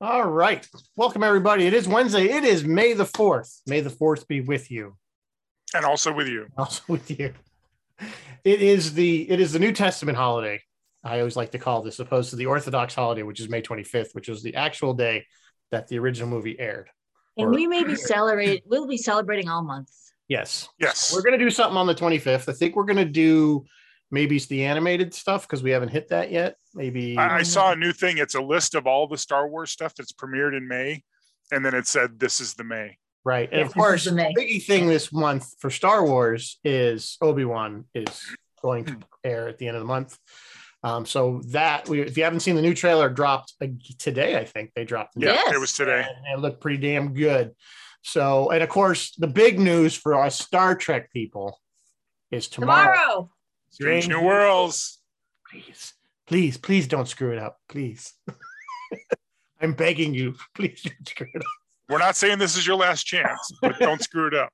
All right. Welcome, everybody. It is Wednesday. It is May the 4th. May the 4th be with you. and also with you. Also with you. It is the it is the New Testament holiday. I always like to call this opposed to the Orthodox holiday, which is May 25th, which was the actual day that the original movie aired. And Or- we may be celebrating, we'll be celebrating all month. Yes. Yes. We're gonna do something on the 25th. I think we're gonna do maybe it's the animated stuff because we haven't hit that yet. Maybe I, I saw a new thing. It's a list of all the Star Wars stuff that's premiered in May. And then it said, this is the May. Right. And Yes, of this is course, the the May. biggie thing this month for Star Wars is Obi Wan is going Hmm. to air at the end of the month. Um, so that we, if you haven't seen the new trailer dropped uh, today, I think they dropped. Yeah, Yes. it was today. And it looked pretty damn good. So, and of course, the big news for our Star Trek people is tomorrow. Tomorrow. Strange New Worlds. Please, please, please don't screw it up. Please. I'm begging you, please don't screw it up. We're not saying this is your last chance, but don't screw it up.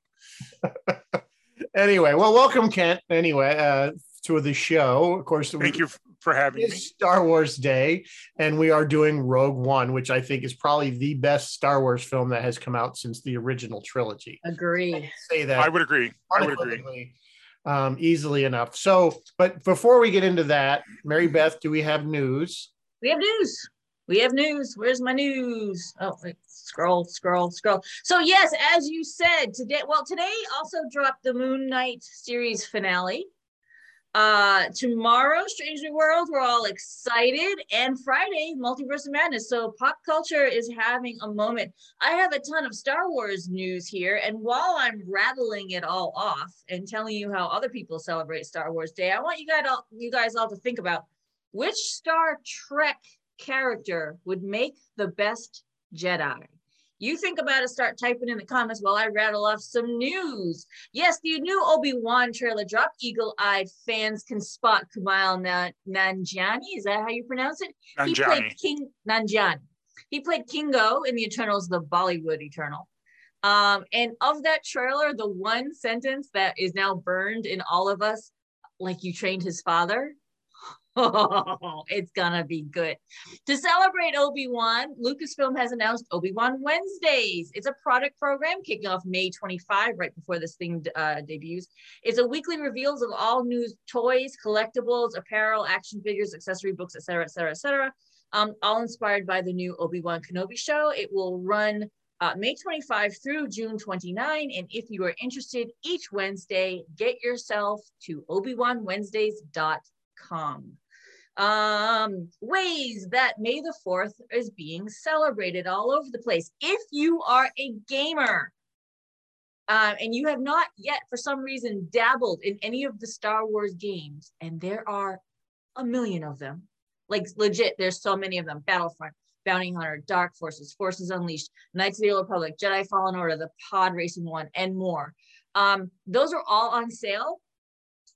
anyway, well, welcome, Kent. Anyway, uh, to the show. Of course, Thank you f- for having me. It's Star Wars Day, and we are doing Rogue One, which I think is probably the best Star Wars film that has come out since the original trilogy. Agreed. say that I would agree. I would agree. unequivocally, um, easily enough. So, but before we get into that, Mary Beth, do we have news? We have news. We have news. Where's my news? Oh, wait. scroll, scroll, scroll. So yes, as you said today, well, today also dropped the Moon Knight series finale. Uh, tomorrow, Strange New Worlds. We're all excited, and Friday, Multiverse of Madness. So pop culture is having a moment. I have a ton of Star Wars news here, and while I'm rattling it all off and telling you how other people celebrate Star Wars Day, I want you guys all, you guys all to think about which Star Trek character would make the best Jedi? You think about it, start typing in the comments while I rattle off some news. Yes, the new Obi Wan trailer dropped. Eagle eyed fans can spot Kumail Na- Nanjiani. Is that how you pronounce it? And he Johnny. played King Nanjiani. He played Kingo in the Eternals, the Bollywood Eternal. Um, and of that trailer, the one sentence that is now burned in all of us, like you trained his father. Oh, it's gonna be good. To celebrate Obi Wan, Lucasfilm has announced Obi Wan Wednesdays. It's a product program kicking off May 25, right before this thing uh, debuts. It's a weekly reveals of all new toys, collectibles, apparel, action figures, accessory books, et cetera, et cetera, et cetera. Um, all inspired by the new Obi-Wan Kenobi show. It will run uh, May 25 through June 29. And if you are interested, each Wednesday, get yourself to obiwanwednesdays.com. Um, ways that May the 4th is being celebrated all over the place. If you are a gamer, um, and you have not yet, for some reason, dabbled in any of the Star Wars games, and there are a million of them. Like legit, there's so many of them: Battlefront, Bounty Hunter, Dark Forces, Forces Unleashed, Knights of the Old Republic, Jedi Fallen Order, the Pod Racing one, and more. Um, those are all on sale,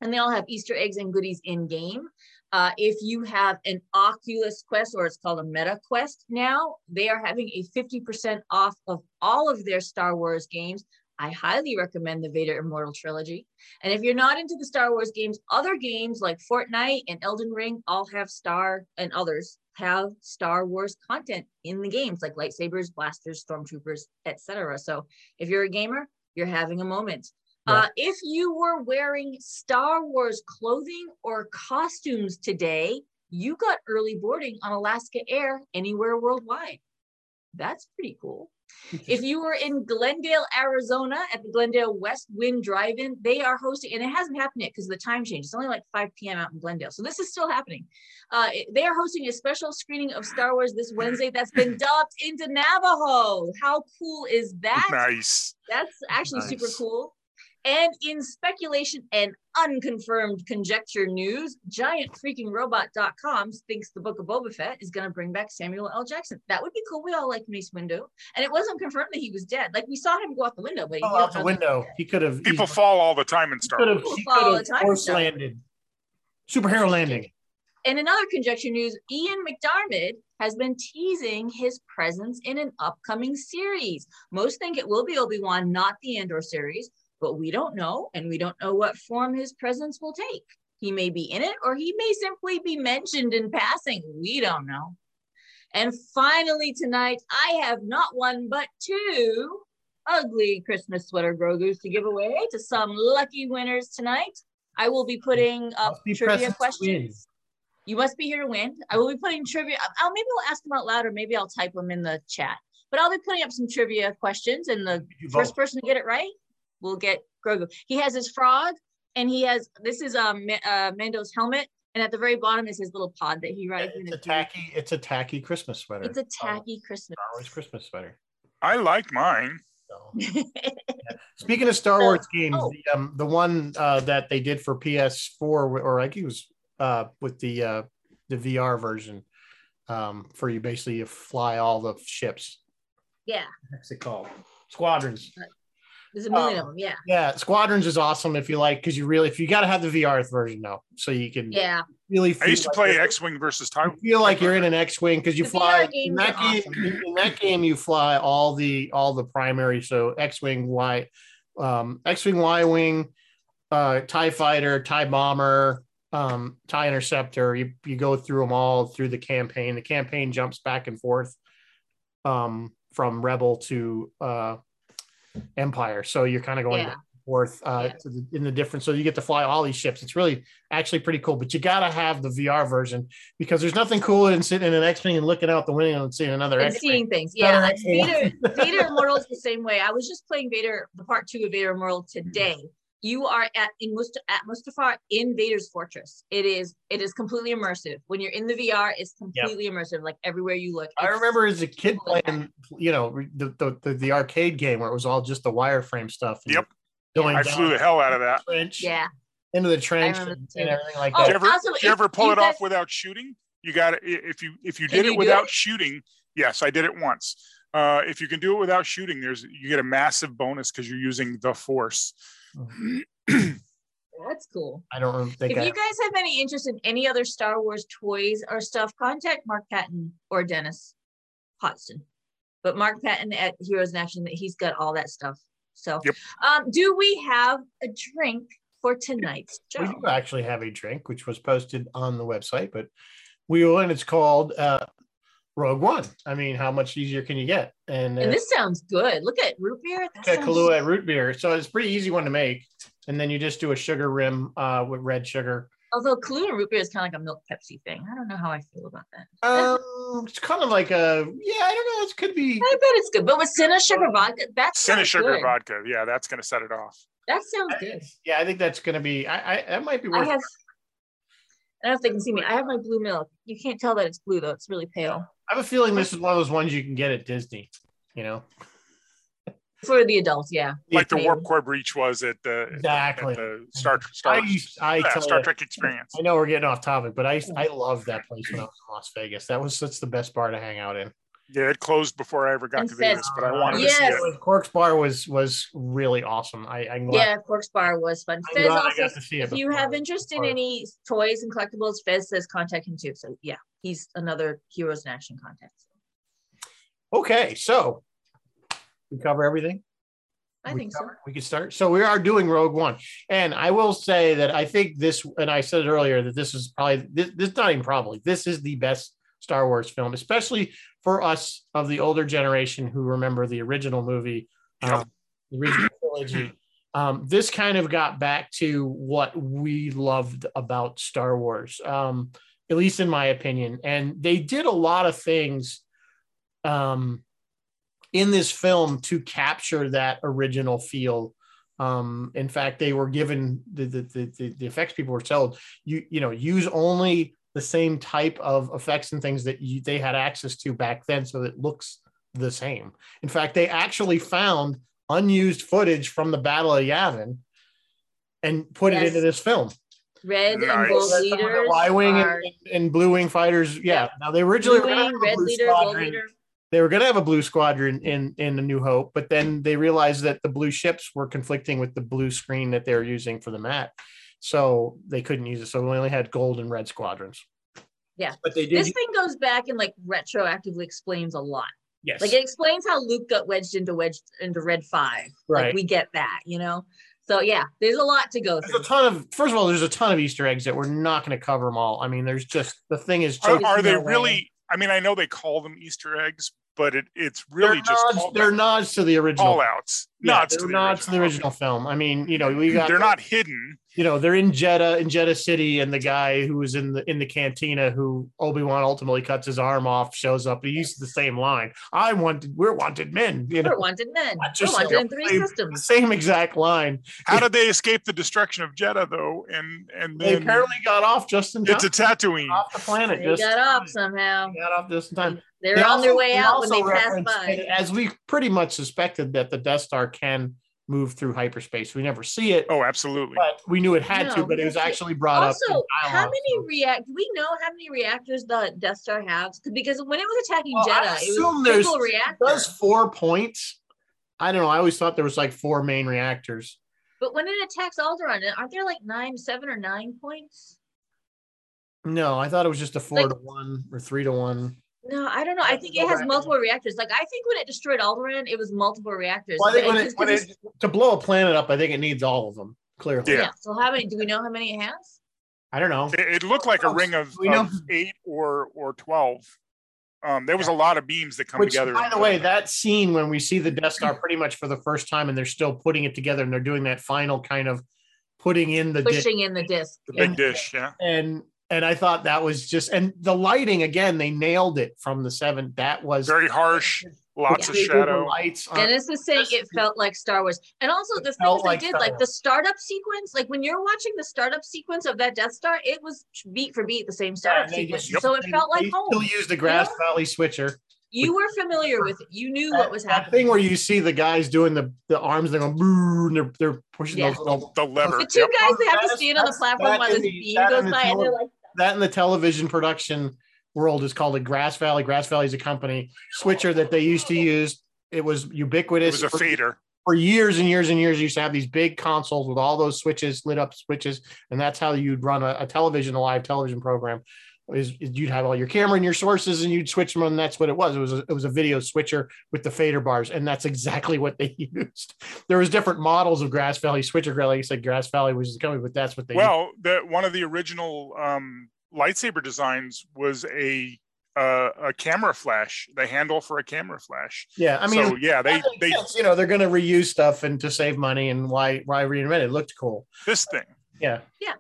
and they all have Easter eggs and goodies in game. Uh, if you have an Oculus Quest, or it's called a Meta Quest now, they are having a 50% off of all of their Star Wars games. I highly recommend the Vader Immortal Trilogy. And if you're not into the Star Wars games, other games like Fortnite and Elden Ring all have Star and others have Star Wars content in the games like lightsabers, blasters, stormtroopers, etc. So if you're a gamer, you're having a moment. Uh, if you were wearing Star Wars clothing or costumes today, you got early boarding on Alaska Air anywhere worldwide. That's pretty cool if you were in Glendale, Arizona at the Glendale West Wind Drive-In, they are hosting, and it hasn't happened yet because of the time change. It's only like 5 p.m. out in Glendale. So this is still happening. Uh, it- they are hosting a special screening of Star Wars this Wednesday that's been dubbed into Navajo. How cool is that? Nice. That's actually super Nice. cool. And in speculation and unconfirmed conjecture news, giantfreakingrobot.com thinks the book of Boba Fett is going to bring back Samuel L. Jackson. That would be cool. We all like Mace Windu. And it wasn't confirmed that he was dead. Like we saw him go out the window, but he Oh, we out the don't know- window. He could have. People he fall all the time in Star could have. Wars. He Fall all could the have time, force so. landed. Superhero landing. And in other conjecture news, Ian McDiarmid has been teasing his presence in an upcoming series. Most think it will be Obi Wan, not the Andor series, but we don't know, and we don't know what form his presence will take. He may be in it, or he may simply be mentioned in passing. We don't know. And finally, tonight, I have not one, but two ugly Christmas sweater Grogu's to give away to some lucky winners tonight. I will be putting up be trivia present to questions. You must be here to win. I will be putting trivia. I'll maybe I'll ask them out loud, or maybe I'll type them in the chat. But I'll be putting up some trivia questions, and the You vote. first person to get it right will get Grogu. He has his frog, and he has this is um Ma- uh, Mando's helmet, and at the very bottom is his little pod that he rides in. It's a his tacky. Oh. It's a tacky Christmas beard. sweater. It's a tacky Christmas. Star Wars Christmas sweater. I like mine. So. Speaking of Star So- Wars games, oh. the, um, the one uh, that they did for PS4, or I think it was uh, with the uh, the VR version, um, for you basically you fly all the ships. yeah, What's it called? Squadrons. there's a million of Um, them. Yeah, Yeah, Squadrons is awesome if you like, because you really if you got to have the VR version though, so you can yeah. really. I feel used to like play you're- X Wing versus TIE. you feel like you're in an X-wing because you The fly VR in games that are game. In that game, you fly all the all the primary, so X-wing, Y, um, X-wing, Y-wing, uh, Tie fighter, Tie bomber, um, Tie interceptor. You you go through them all through the campaign. The campaign jumps back and forth um, from Rebel to uh, Empire, so you're kind of going. Yeah. back and Forth uh, Yeah. to the, in the different, so you get to fly all these ships. It's really actually pretty cool, but you gotta have the VR version because there's nothing cooler than sitting in an X-wing and looking out the window and seeing another and X-wing. seeing things. Another Yeah, X-wing. Vader, Vader Immortal is the same way. I was just playing Vader, the part two of Vader Immortal today. You are at in Must- at Mustafar in Vader's fortress. It is it is completely immersive. When you're in the VR, it's completely immersive. Like everywhere you look. I it's- remember as a kid Cool. playing, you know, the the, the, the arcade game where it was all just the wireframe stuff. and Yep. Going I down flew the hell out of that. trench, Yeah. into the trench remember and, too. and everything like Oh, Did you that. ever, also, did you if ever pull you it off guys- without shooting? You got to if you if you Can did you it do without shooting. Yes, I did it once. Uh, if you can do it without shooting, there's you get a massive bonus because you're using the force. Oh, That's cool. I don't rem- think If I, you guys have any interest in any other Star Wars toys or stuff, contact Mark Patton or Dennis Hodgson. But Mark Patton at Heroes in Action, he's got all that stuff. So, Yep. um, do we have a drink for tonight's we show? do actually have a drink which was posted on the website, but we will, and it's called uh, Rogue One. I mean, how much easier can you get? And, uh, And this sounds good. Look at root beer. That Yeah, sounds- Kahlua root beer. So it's a pretty easy one to make. And then you just do a sugar rim uh, with red sugar. Although Kahlua root beer is kind of like a milk Pepsi thing. I don't know how I feel about that. Um, it's kind of like a, yeah, I don't know. It could be, I bet it's good. But with Senna sugar vodka, that's Senna sugar good. vodka. Yeah, that's going to set it off. That sounds good. yeah, I think that's going to be, I, I, that might be I worth have. I don't know if they can see me. I have my blue milk. You can't tell that it's blue though. It's really pale I have a feeling this is one of those ones you can get at Disney, you know? for the adults. Yeah. Like the maybe. warp core breach was at the Exactly. at the Star Star, I, used- I, yeah, tell Star ya, Trek experience. I know we're getting off topic, but I, I loved that place when I was in Las Vegas. That was, that's the best bar to hang out in. Yeah, it closed before I ever got And to says- Vegas, but I wanted to see Yes. it. Cork's bar was, was really awesome. I, I'm glad. Yeah. Corks bar was fun. I'm Fez glad I also. got to see it If you before have it interest in before. any toys and collectibles, Fez says contact him too. So yeah, he's another Heroes in Action contact. Okay, so we cover everything. I we think so. cover- We can start. So we are doing Rogue One, and I will say that I think this, and I said it earlier that this is probably this, this not even probably this is the best Star Wars film, especially for us of the older generation who remember the original movie, um, the original trilogy. Um, this kind of got back to what we loved about Star Wars, um, at least in my opinion. And they did a lot of things um, in this film to capture that original feel. Um, in fact, they were given the the, the, the the effects people were told you you know use only the same type of effects and things that you, they had access to back then, so it looks the same. In fact, they actually found unused footage from the Battle of Yavin and put it Yes. into this film. Red and Nice. gold That's some of the leaders. Y wing are- and, and blue wing fighters. Yeah. Yeah. Now they originally Blue were gonna wing, have a red blue leader, gold squadron. leader. They were going to have a blue squadron in in the New Hope, but then they realized that the blue ships were conflicting with the blue screen that they were using for the map, so they couldn't use it. So we only had gold and red squadrons. Yeah. but they did. This thing goes back and like retroactively explains a lot. yes, Like it explains how Luke got wedged into wedged into Red Five. right. Like we get that, you know. So yeah, there's a lot to go there's through. a ton of. First of all, there's a ton of Easter eggs that we're not going to cover them all. I mean, there's just the thing is. Are, choking are they their way. really I mean, I know they call them Easter eggs, but it, it's really they're just nods, call- they're nods to the original. call outs, Yeah, nods, they're to the, nods to the original original. film. I mean, you know, we got they're not hidden. you know they're in Jeddah in Jeddah City, and the guy who was in the in the cantina who Obi Wan ultimately cuts his arm off shows up. He uses the same line: "I wanted, we're wanted men." You We're know, wanted men. Not We're just wanted like in three a play- the systems. same exact line. How did they escape the destruction of Jeddah though? And and They then apparently got off just in time. it's a Tatooine. off the planet. They just got in up time. somehow. They Got off just in time. They're They on their also- way out when also they pass referenced by. that As we pretty much suspected that the Death Star can move through hyperspace. We never see it, Oh, absolutely. but we knew it had No, to. But it was we- actually brought up. Also, in how dialogue, so- many react? Do we know how many reactors the Death Star has? Because when it was attacking Well, I Jeddah, it assume was a there's- single reactor. does four points. I don't know. I always thought there was like four main reactors. But when it attacks Alderaan, aren't there like nine, seven, or nine points? No, I thought it was just a four Like- to one or three to one. No, I don't know. I think Go it has back. multiple reactors. Like I think when it destroyed Alderaan, it was multiple reactors. Well, I think But when it, just 'cause when it's- it, to blow a planet up, I think it needs all of them. Clearly, Yeah. yeah. So how many? Do we know how many it has? I don't know. It, it looked like a ring of, We know- of eight or or twelve. Um, there was a lot of beams that come Which, together. by the way, that scene when we see the Death Star pretty much for the first time, and they're still putting it together, and they're doing that final kind of putting in the dish, Pushing in the disc. the Yeah. big dish, yeah. and and I thought that was just and the lighting again. They nailed it from the seven. That was Very harsh, lots of They did the shadow. lights. on- Dennis is saying This- it felt like Star Wars. And also It the felt things they like did, Star like the Wars. startup sequence, like when you're watching the startup sequence of that Death Star, it was beat for beat the same startup and they sequence. just- yep. So it felt like They Still home. use the grass valley switcher. You were familiar with it. You knew what was that happening. thing where you see the guys doing the, the arms, they're going boo, and they're, they're pushing Yeah. those little The lever. The two yep. guys that have to "Oh, That's- stand on the that's- platform that while in this the- beam that in goes the by and they're tele- like, that in the television production world is called a Grass Valley. Grass Valley is a company switcher that they used to use. It was It ubiquitous was a for, fader. for years and years and years. You used to have these big consoles with all those switches, lit up switches, and that's how you'd run a, a television, a live television program. Is, is you'd have all your camera and your sources, and you'd switch them, and that's what it was. It was a, it was a video switcher with the fader bars, and that's exactly what they used. There was different models of Grass Valley switcher. Like you said, Grass Valley was the company, but that's what they Well, the one of the original um, lightsaber designs was a uh, a camera flash, the handle for a camera flash. used. yeah. I mean, so yeah, they That makes they sense. you know they're going to reuse stuff and to save money and why why reinvent it? it looked cool this thing. yeah Yeah.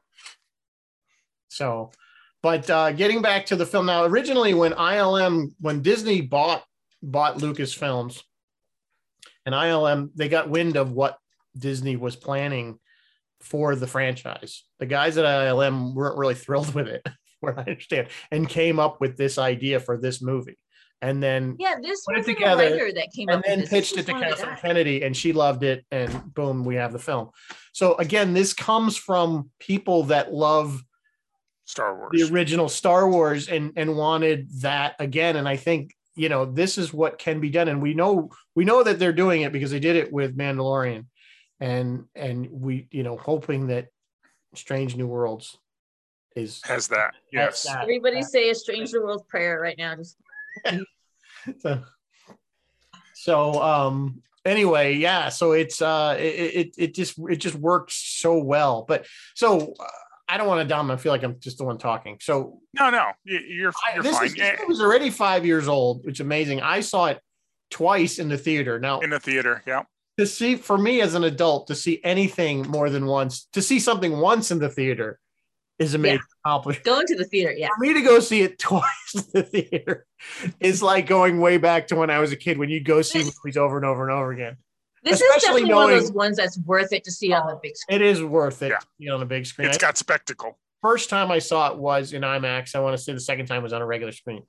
so but uh getting back to the film now originally when ilm when disney bought bought lucasfilms and ilm they got wind of what disney was planning for the franchise the guys at ilm weren't really thrilled with it what i understand and came up with this idea for this movie and then yeah, this Put it was a together, writer that came and up with then this. pitched This it was to one of the Kathleen guys. Kennedy, and she loved it, and boom, we have the film. So again, this comes from people that love Star Wars. the original Star Wars and and wanted that again. And I think you know this is what can be done, and we know we know that they're doing it because they did it with Mandalorian, and and we you know hoping that Strange New Worlds is has that. Yes. has that. Everybody say a strange New world prayer right now. Just so, so um anyway yeah so it's uh it, it it just it just works so well but so uh, i don't want to dominate i feel like i'm just the one talking so No, no, y- you're I, you're this fine. Eh, is Yeah, it was already five years old which is amazing i saw it twice in the theater now eh, in the theater. Yeah. to see for me as an adult to see anything more than once to see something once in the theater is a major accomplishment going to the theater. Yeah. for me to go see it twice in the theater is like going way back to when I was a kid when you'd go see movies over and over and over again. This is Especially definitely one of knowing- those ones that's worth it to see on the big screen. It is worth it Yeah. to be on a big screen. It's I- got spectacle. First time I saw it was in IMAX. I want to say the second time was on a regular screen.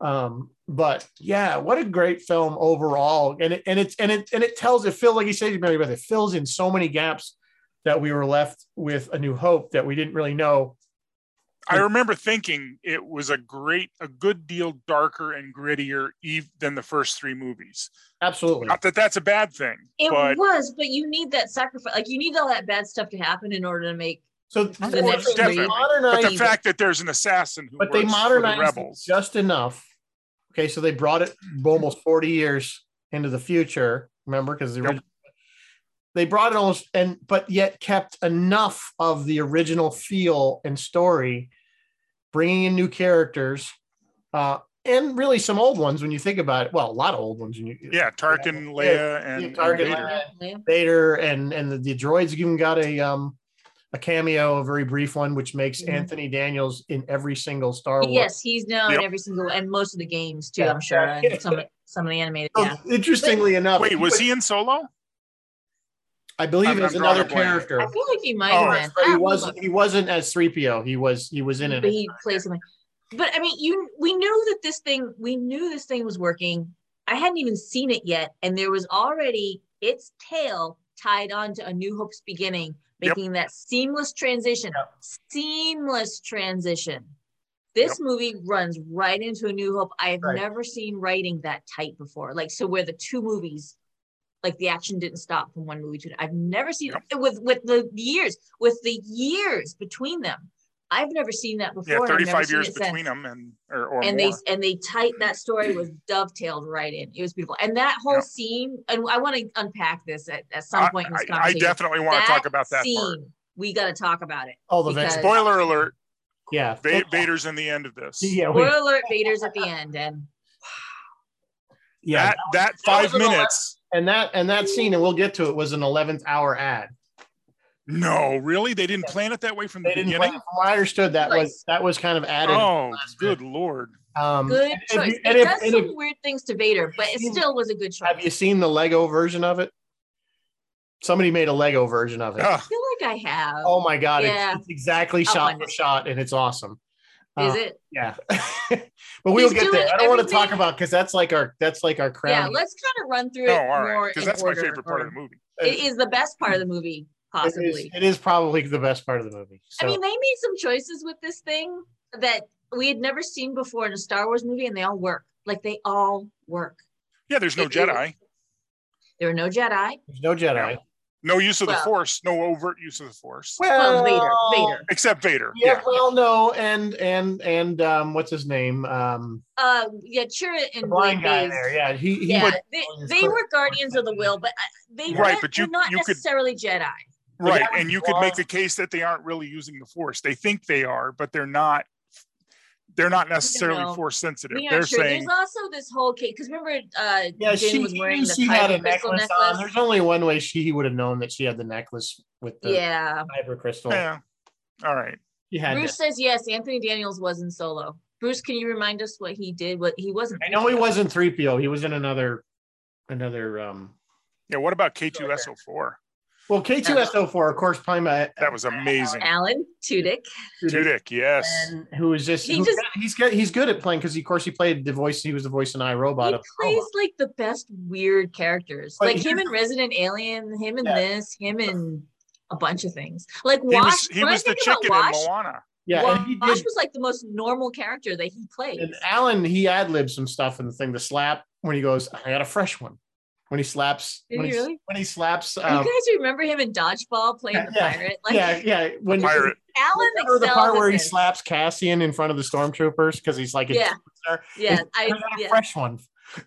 Um, but yeah, what a great film overall. And it, and it's and it and it tells it feels like you said, Mary Beth, it fills in so many gaps that we were left with a new hope that we didn't really know. I Hmm. remember thinking it was a great, a good deal darker and grittier eve than the first three movies. Absolutely. Not that that's a bad thing, It but was, but you need that sacrifice. Like you need all that bad stuff to happen in order to make. So The next they movie. modernized but the Right. fact that there's an assassin who but works they for the modernized it rebels. just enough. Okay, so they brought it almost 40 years into the future. Remember, because the Yep. original, they brought it almost and but yet kept enough of the original feel and story, bringing in new characters, uh, and really some old ones when you think about it. Well, a lot of old ones. When you, Yeah, Tarkin, Leia, and, Yeah, and Tarkin, Vader. Leia. Vader and and the, the droids even got a um a cameo, a very brief one, which makes Mhm. Anthony Daniels in every single Star Wars. Yes, he's known Yep. every single and most of the games too. Yeah. I'm sure and some some of the animated. So, yeah. Oh, Interestingly enough, Wait, was he in Solo? I believe I'm- it was I'm another drawing a blank. character. I feel like he might Oh, have been. But I he don't wasn't. know. He wasn't as three PO. He was. He was in But it. he plays something. But I mean, you we knew that this thing we knew this thing was working. I hadn't even seen it yet, and there was already its tail tied onto a New Hope's beginning, Yep. making that seamless transition. Seamless transition. This movie runs right into a New Hope. I have Right. never seen writing that tight before. Like so, where the two movies like the action didn't stop from one movie to another. I've never seen with with the years with the years between them. I've never seen that before. Yeah, and I've never 35 seen years it since. between them, and or, or And more. they and they tight that story was dovetailed right in. It was beautiful, and that whole Yeah. scene. And I want to unpack this at, at some I, point in this I- I conversation. definitely want to talk about that part. We got to talk about it. All Oh, the Vader. because- Spoiler alert: Yeah. Va- Vader's in the end of this. Yeah. we- Spoiler alert: Vader's at the end, and yeah. That that That was five an ele- minutes. and that and that scene, and we'll get to it, was an 11th hour ad. No, really, they didn't plan it that way from the They didn't. beginning. From what I understood, that was that was kind of added. Oh, last good lord! um, and good if you- choice. and it if- does and some if- weird things to Vader, but it Seen- still was a good choice. Have you seen the Lego version of it? Somebody made a Lego version of it. Ugh, I feel like I have. Oh my god, Yeah. it's, it's exactly I'll shot find for it. shot, and it's awesome. Is Uh, it? Yeah, but we'll He's get there. doing I don't want to everything- talk about because that's like our that's like our Yeah, crown. let's kind of run through no, it all more right, in because that's my order- favorite part of order. the movie. It is the best part of the It movie, is- possibly. it is probably the best part of the movie. So I mean, they made some choices with this thing that we had never seen before in a Star Wars movie, and they all work. Like they all work. Yeah, there's no It- it- Jedi, There are no Jedi. there's no Jedi. Yeah. no use of the Well- Force, no overt use of the Force, Well, Vader. Vader. except Vader. Yeah, Yeah, well, no, and and and um, what's his name? Um, Uh, yeah, Chira the and blind Blake guy is- there. Yeah, he, he Yeah, was- they, on his they foot. were guardians of the will, but I- they Right, weren't- but you- were not you could- necessarily Jedi. right. that was And you could make wrong. the case that they aren't really using the Force. They think they are, but they're not. They're not know. necessarily Force sensitive. We They're aren't sure. saying There's also this whole case because remember, uh, Yeah, Jin she, was he wearing knew the she had a kyber crystal necklace, on. necklace. There's only one way she would have known that she had the necklace with the yeah. cyber crystal. Yeah. All right. She had Bruce it. says yes. Anthony Daniels was in Solo. Bruce, can you remind us what he did? What he wasn't. I know he wasn't three PO. He was in another, another. um Yeah. What about K2SO4? Well, K two S O four, of course, uh, playing by That was amazing. Alan Tudyk. Tudyk, yes. and who is just, He who- just- he's good. He's good at playing because, of course, he played the voice. He was the voice in He iRobot. of Oh, plays Chroma. like the best weird characters, But like he- him in Resident Alien, him in Yeah. this, him in a bunch of things. Like He Wash. was he when I was the think about chicken in Wash, Moana. Yeah, and he Wash did. was like the most normal character that he played. And Alan, he ad libs some stuff in the thing. The slap when he goes, "I got a fresh one." When he slaps, Did when he he, really? when he slaps, you um, guys remember him in Dodgeball playing the Yeah, pirate? Like yeah, yeah. When Pirate. Alan remember excels the part at where he this. slaps Cassian in front of the stormtroopers because he's like, Yeah, yeah, I I got a yeah. fresh one.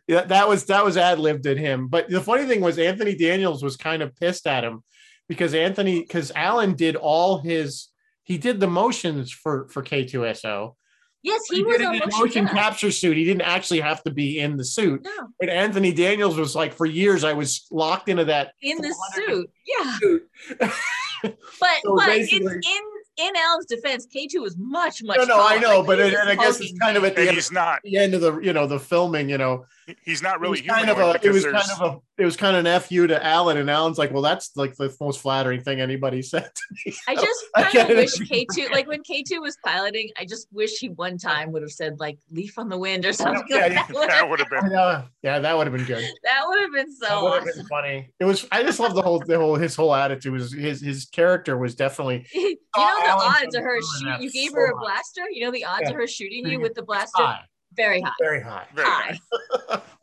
Yeah, that was that was ad libbed at him. But the funny thing was Anthony Daniels was kind of pissed at him because Anthony because Alan did all his he did the motions for for K2SO. Yes, he was did on it in a motion, motion yeah. capture suit. He didn't actually have to be in the suit. No, But Anthony Daniels was like, for years I was locked into that. in the Wonderful. suit. Yeah. Suit. But So but it's basically- in in Alan's defense, K2 was much, much No, no, I taller. know, Like, oh, but he it, was and I guess it's smoking. kind of at the And end, he's not the end of the you know the filming, you know. he's not it really was kind of humanoid a it because was there's kind of a it was kind of an fu to Alan, and Alan's like, well, that's like the most flattering thing anybody said. To me. I So, just I kind get it. of wish K2, like when K2 was piloting, I just wish he one time would have said like leaf on the wind or something. Yeah, like you that could- would that have would have been and, uh, yeah, that would have been good. that would have been so that would have awesome. been funny. It was. I just love the whole the whole his whole attitude was his his character was definitely you know Oh, the Alan odds of could've her done shoot that you gave so her a much. blaster, you know the odds of her shooting you with the blaster high, very high. very high. very High.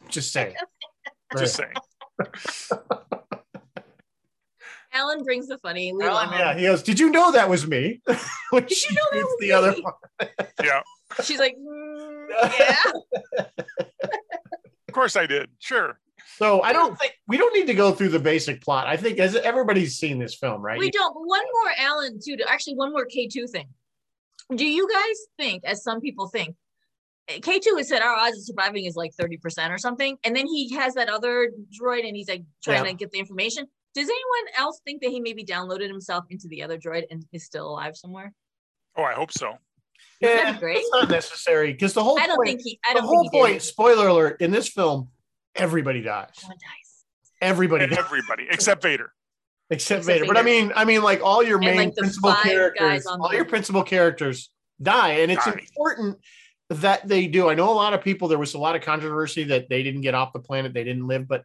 Just saying. Very just saying. Alan brings the funny. We high. love Alan, him. yeah, he goes. Did you know that was me? When Did you she know that shoots was the me? other one. Yeah. She's like, "Mm, yeah. Of course I did. Sure. So I don't think we don't need to go through the basic plot. I think as everybody's seen this film, right? We don't. but One more Alan too. Actually, one more K two thing. Do you guys think, as some people think, K2 has said our odds of surviving is like 30% or something. And then he has that other droid and he's like trying Yeah. to get the information. Does anyone else think that he maybe downloaded himself into the other droid and is still alive somewhere? Oh, I hope so. That'd Yeah, be great. it's not necessary because the whole I don't point, think he I the don't whole think he point. did. Spoiler alert: in this film, everybody dies. Everyone dies. Everybody And dies everybody except Vader. except Except Vader. But I Vader. mean, I mean, like all your And, main like, the principal five guys characters, on all the- your principal characters die, and it's Die. important that they do. I know a lot of people. There was a lot of controversy that they didn't get off the planet, they didn't live, but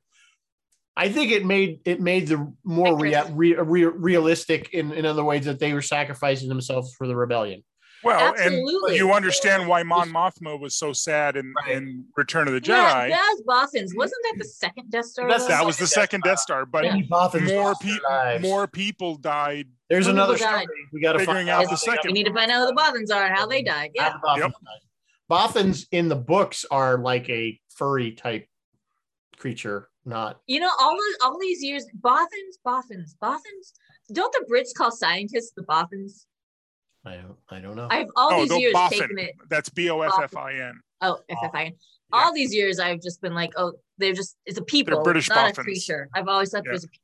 I think it made it made the more rea- Accurate. re- re- realistic in in other ways that they were sacrificing themselves for the rebellion. Well, Absolutely. Oh, and you understand why Mon Mothma was so sad in, Right. in Return of the Jedi. Yeah, Baz Boffins. Wasn't that the second Death Star? That's- though? that was the second Death Star, but Amy Botham's more lost their people lives. more people died. There's More another people story died. we got to Figuring find out out the second we need to find out who the Boffins are and how they died. Yeah. Uh-huh. Not Boffins. Boffins in the books are like a furry type creature, not You know, all those, all these years, boffins, boffins, boffins. Don't the Brits call scientists the boffins? I don't I don't know. I've all Oh, these no, years Boffin. taken it. That's B O F F I N. Oh, FFIN. Uh, All these years, I've just been like, oh, they're just it's a people, British not a boffins. creature. I've always thought it was a people.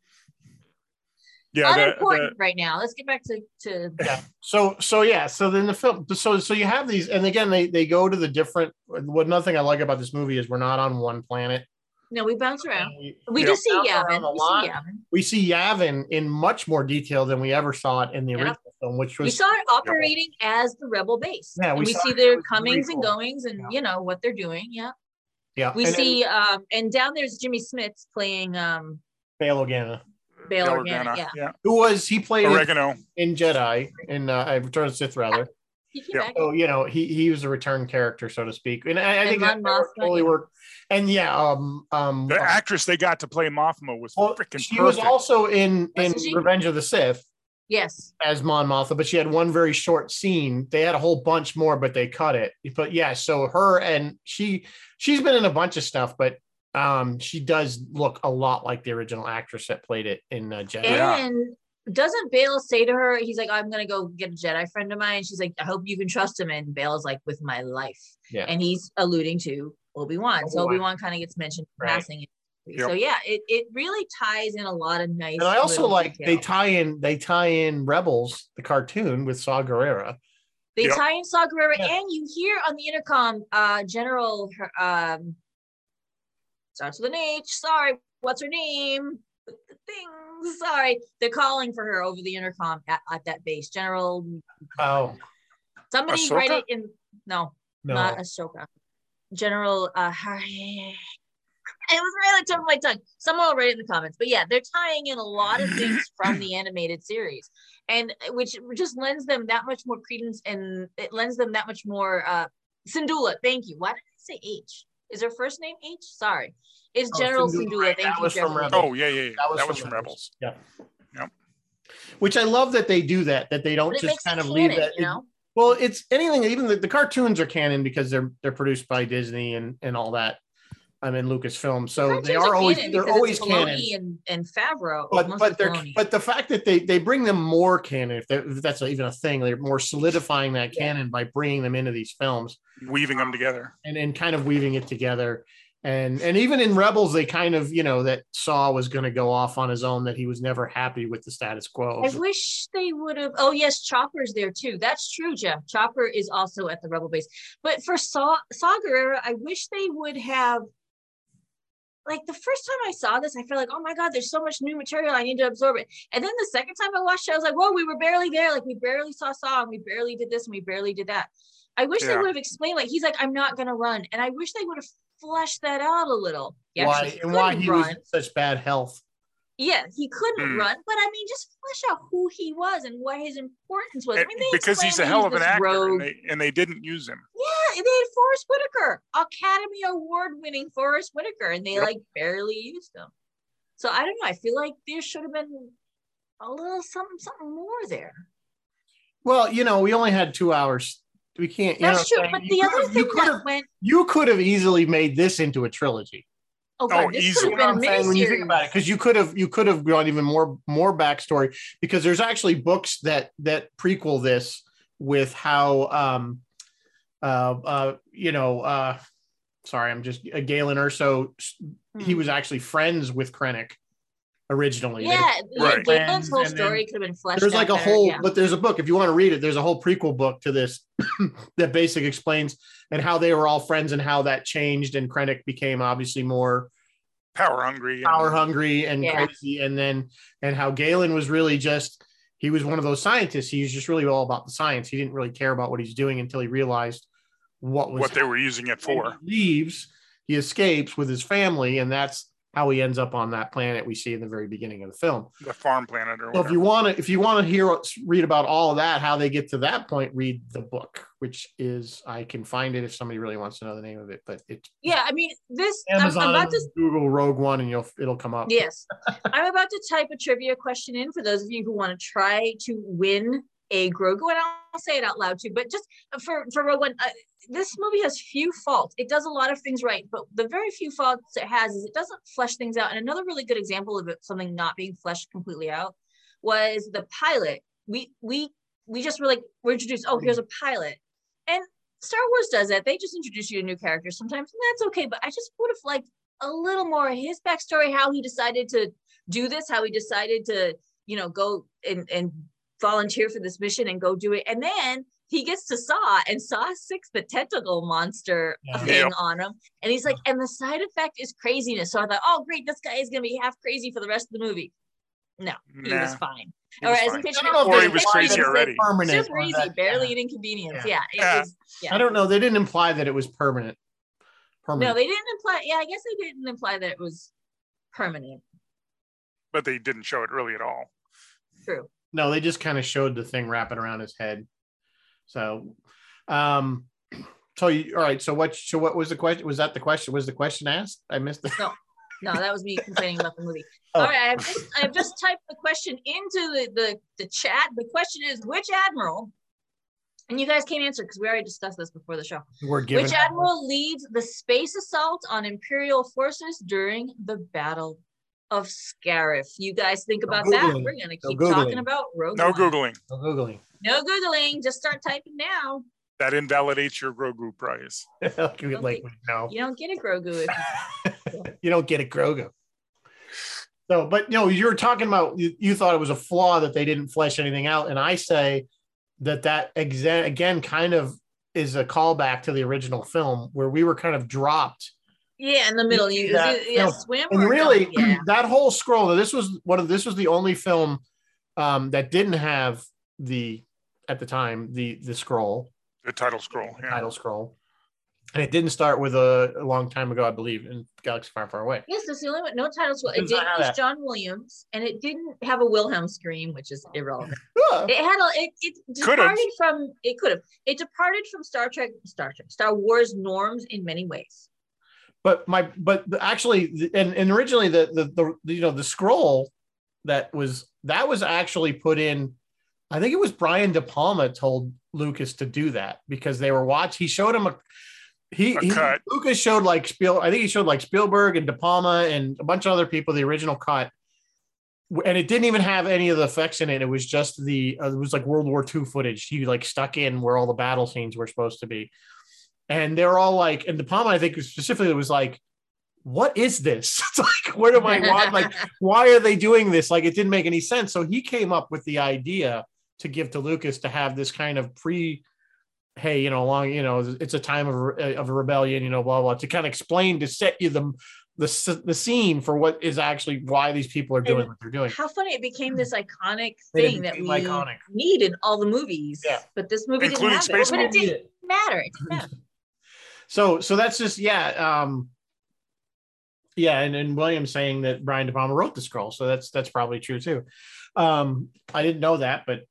Yeah, the- unimportant right now. Let's get back to to so so yeah, so then the film so so you have these and again they they go to the different what nothing I like about this movie is we're not on one planet. no. We bounce around. We, We Yeah. do see Bounce around a Yavin. We lot. see Yavin. we see Yavin in much more detail than we ever saw it in the Yeah. original film, which We was saw it operating as the rebel base. Yeah, and we we saw see it. It their was really comings and cool. goings, and Yeah. you know what they're doing. Yeah, yeah. we and then see. Um, and down there's Jimmy Smith playing um Bail Organa, Bail Bail Organa. Organa, Yeah, who was he played in, Oregano. in Jedi in uh, Return of the Sith rather. he came Yeah. back. so you know he he was a return character so to speak and i, I And think that Mon that Mothma, totally yeah. worked and yeah um um The actress they got to play Mothma was well, freaking she was perfect. also in in Wasn't she? revenge of the sith Yes. as mon mothma but she had one very short scene they had a whole bunch more but they cut it but yeah so her and she she's been in a bunch of stuff but um she does look a lot like the original actress that played it in uh, Jedi. Yeah. And doesn't Bale say to her, he's like, I'm gonna go get a Jedi friend of mine. And she's like, I hope you can trust him. And Bale's like, with my life. Yeah. And he's alluding to Obi-Wan. So Obi-Wan. Obi-Wan kind of gets mentioned in Right. passing. Yep. So yeah, it, it really ties in a lot of nice. and i also little like they detail. tie in they tie in rebels the cartoon with saw guerrera They Yep. tie in Saw Gerrera, Yeah. and you hear on the intercom, uh, General, her- um, starts with an H. Sorry, what's her name? The thing. Sorry, they're calling for her over the intercom at, at that base. General, oh somebody write Ahsoka? it in. No, no not Ahsoka. General, uh, it was right on the tip of my tongue. Someone will write it in the comments. But yeah, they're tying in a lot of things from the animated series, and uh, which just lends them that much more credence, and it lends them that much more. Uh, Sindula, thank you. Why did I say H? Is her first name H? Sorry, it's Oh, General Syndulla, Sindula. right, Thank that you. was from General. Rebels. Oh yeah, yeah, yeah. That was, from Rebels. Yeah. Yep. Which I love that they do that, that they don't But it just makes kind it of leave canon, that. you know. Well, it's anything, even the, the cartoons are canon because they're they're produced by Disney and, and all that. I mean Lucasfilm. So they Cartoons are always canon they're because always it's Filoni canon. And, and Favreau, But mostly but they're Filoni. but the fact that they they bring them more canon, if, they're- if that's even a thing, they're more solidifying that Yeah. canon by bringing them into these films Weaving them together. and and kind of weaving it together. And and even in Rebels, they kind of you know that Saw was going to go off on his own, that he was never happy with the status quo. I wish they would have. Oh yes, Chopper's there too. That's true, Jeff. Chopper is also at the Rebel base. But for Saw Saw Gerrera, I wish they would have. Like the first time I saw this, I felt like, oh my god, there's so much new material. I need to absorb it. And then the second time I watched it, I was like, whoa, we were barely there. Like we barely saw Saw, and we barely did this, and we barely did that. I wish they Yeah. would have explained. Like he's like, I'm not gonna run, and I wish they would have fleshed that out a little. He why actually and why couldn't he was run. in such bad health. Yeah, he couldn't Hmm. run, but I mean, just flesh out who he was and what his importance was. I And- mean, they because he's a explained hell that of an this actor, rogue- and they, and they didn't use him. yeah, and they had Forrest Whitaker, Academy Award winning Forrest Whitaker, and they Yep. like barely used him. So I don't know. I feel like there should have been a little something, something more there. Well, you know, we only had two hours. We can't. You know, That's what true. I'm But saying? the You other could've- thing you could have that went, you could have easily made this into a trilogy. oh, God, Oh, this easily. could You have know been a what I'm saying? When you think about it, miniseries. because you could have you could have gone even more more backstory because there's actually books that that prequel this with how um uh, uh, you know, uh, sorry, I'm just uh, Galen Urso. s- He Hmm. was actually friends with Krennic originally. They- yeah, Right. yeah Galen's whole And then- story could have been fleshed there's out like a better, whole, yeah. but there's a book if you want to read it. There's a whole prequel book to this that basically explains and how they were all friends and how that changed and Krennic became obviously more power hungry. power hungry and Yeah. crazy and then and how galen was really just he was one of those scientists he was just really all about the science he didn't really care about what he's doing until he realized what was What they were using it for. he leaves he escapes with his family and that's how he ends up on that planet we see in the very beginning of the film the farm planet or so if whatever. you want to if you want to hear us read about all of that how they get to that point read the book which is i can find it if somebody really wants to know the name of it but it's yeah, I mean, this, I'm- amazon I'm about to google rogue one and you'll it'll come up Yes. I'm about to type a trivia question in for those of you who want to try to win a Grogu. And I'll say it out loud too, but just for, for Rogue One, uh, this movie has few faults. It does a lot of things right, but the very few faults it has is it doesn't flesh things out. And another really good example of it, something not being fleshed completely out was the pilot. We, we, we just were like, we're introduced, oh, here's a pilot. And Star Wars does that. They just introduce you to new characters sometimes, and that's okay. But I just would have liked a little more his backstory, how he decided to do this, how he decided to, you know, go and and volunteer for this mission and go do it. And then he gets to Saw and Saw Six, the tentacle monster Yeah. thing on him. And he's like, and the side effect is craziness. So I thought, oh great, this guy is gonna be half crazy for the rest of the movie. He was Nah, fine. he Or was as fine. in Pitch I don't know if Or they he was implied crazy that it was already. permanent Super or easy, that- barely yeah. an inconvenience. Yeah. Yeah. it Yeah. was- yeah. I don't know. They didn't imply that it was permanent. No, Permanent. they didn't imply. Yeah, I guess they didn't imply that it was permanent. but they didn't show it really at all. True. No, they, just kind of showed the thing wrapping around his head. So, um, so you, all right. So what? So what was the question? Was that the question? Was the question asked? I missed it. No, that was me complaining about the movie. Oh. All right, I've just, I've just typed the question into the, the the chat. The question is which admiral, and you guys can't answer because we already discussed this before the show. We're given. which admiral leads the space assault on Imperial forces during the Battle of Scarif? You guys think about that. Googling. We're gonna No keep Googling. talking about Rogue. No One. Googling. No googling. No googling. Just start typing now. That invalidates your Grogu prize. like, you- like, no, You don't get a Grogu if you you don't get it, Grogu. So, but no, you were talking about you, you thought it was a flaw that they didn't flesh anything out, and I say that that exa- again kind of is a callback to the original film where we were kind of dropped Yeah, in the middle. You Yeah, yeah, yeah no. swim or and really don't. Oh yeah. that whole scroll now, this was one of this was the only film um that didn't have the at the time the the scroll The title scroll. the Yeah. title scroll and it didn't start with a, a long time ago i believe in galaxy far far away Yes, that's the only one. No titles. It Does not didn't have use that. John Williams, and it didn't have a Wilhelm scream, which is irrelevant. Ah, It had a. It, it Could've. departed from. It could have. It departed from Star Trek, Star Trek, Star Wars norms in many ways. but my but the- actually the- and, and originally the, the the the, you know the scroll that was that was actually put in i think it was brian de palma told lucas to do that because they were watch he showed him a he, A he- cut. lucas showed like spiel i think he showed like spielberg and de palma and a bunch of other people the original cut and it didn't even have any of the effects in it. It was just the uh, it was like World War II footage. He like stuck in where all the battle scenes were supposed to be, and they were all like, and De Palma I think specifically was like, "What is this? it's like where do I watch? Like why are they doing this? Like it didn't make any sense." So he came up with the idea to give to Lucas to have this kind of pre, hey, you know, long, you know, it's a time of re- of a rebellion, you know, blah blah, to kind of explain to set you the the, s- the scene for what is actually why these people are doing what they're doing. How funny it became this iconic It thing that became we iconic. need in all the movies. Yeah. But this movie Including didn't have it. But it Spaceballs. didn't matter. It didn't matter. So so that's just yeah. Um yeah, and, and William saying that Brian De Palma wrote the scroll. So that's that's probably true too. Um I didn't know that, but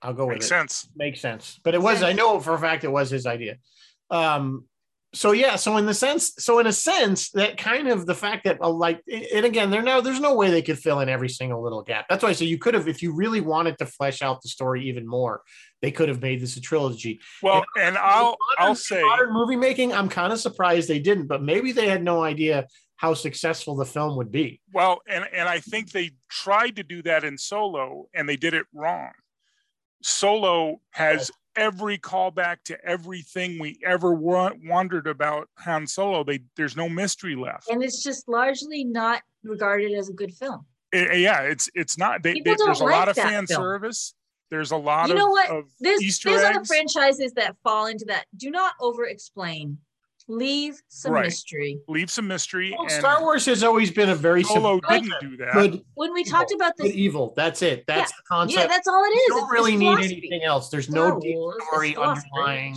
I'll go with Makes it. sense. Makes sense. But it was I Sense. know for a fact it was his idea. Um so yeah, so in the sense, so in a sense, that kind of the fact that uh, like, and again, there now there's no way they could fill in every single little gap. That's why I say you could have, if you really wanted to flesh out the story even more, they could have made this a trilogy. Well, and I'll Modern- I'll say modern movie making. I'm kind of surprised they didn't, but maybe they had no idea how successful the film would be. well, and and I think they tried to do that in Solo and they did it wrong. Solo has every callback to everything we ever wa- wondered about Han Solo. They there's no mystery left. and it's just largely not regarded as a good film. Eh, eh, yeah, it's it's not. They, People they- there's a don't lot like of that fan film. service. There's a lot You know of, what? of There's Easter there's other eggs. franchises that fall into that. Do not over explain. Leave some Right. mystery. leave some mystery. Well, and Star Wars has always been a very Solo simple- didn't do that. good, When we talked about good this, evil. That's it. That's the concept. yeah, that's all it is. you don't It's- really it's need philosophy. anything else. There's Star no deep Wars, it's story philosophy. underlying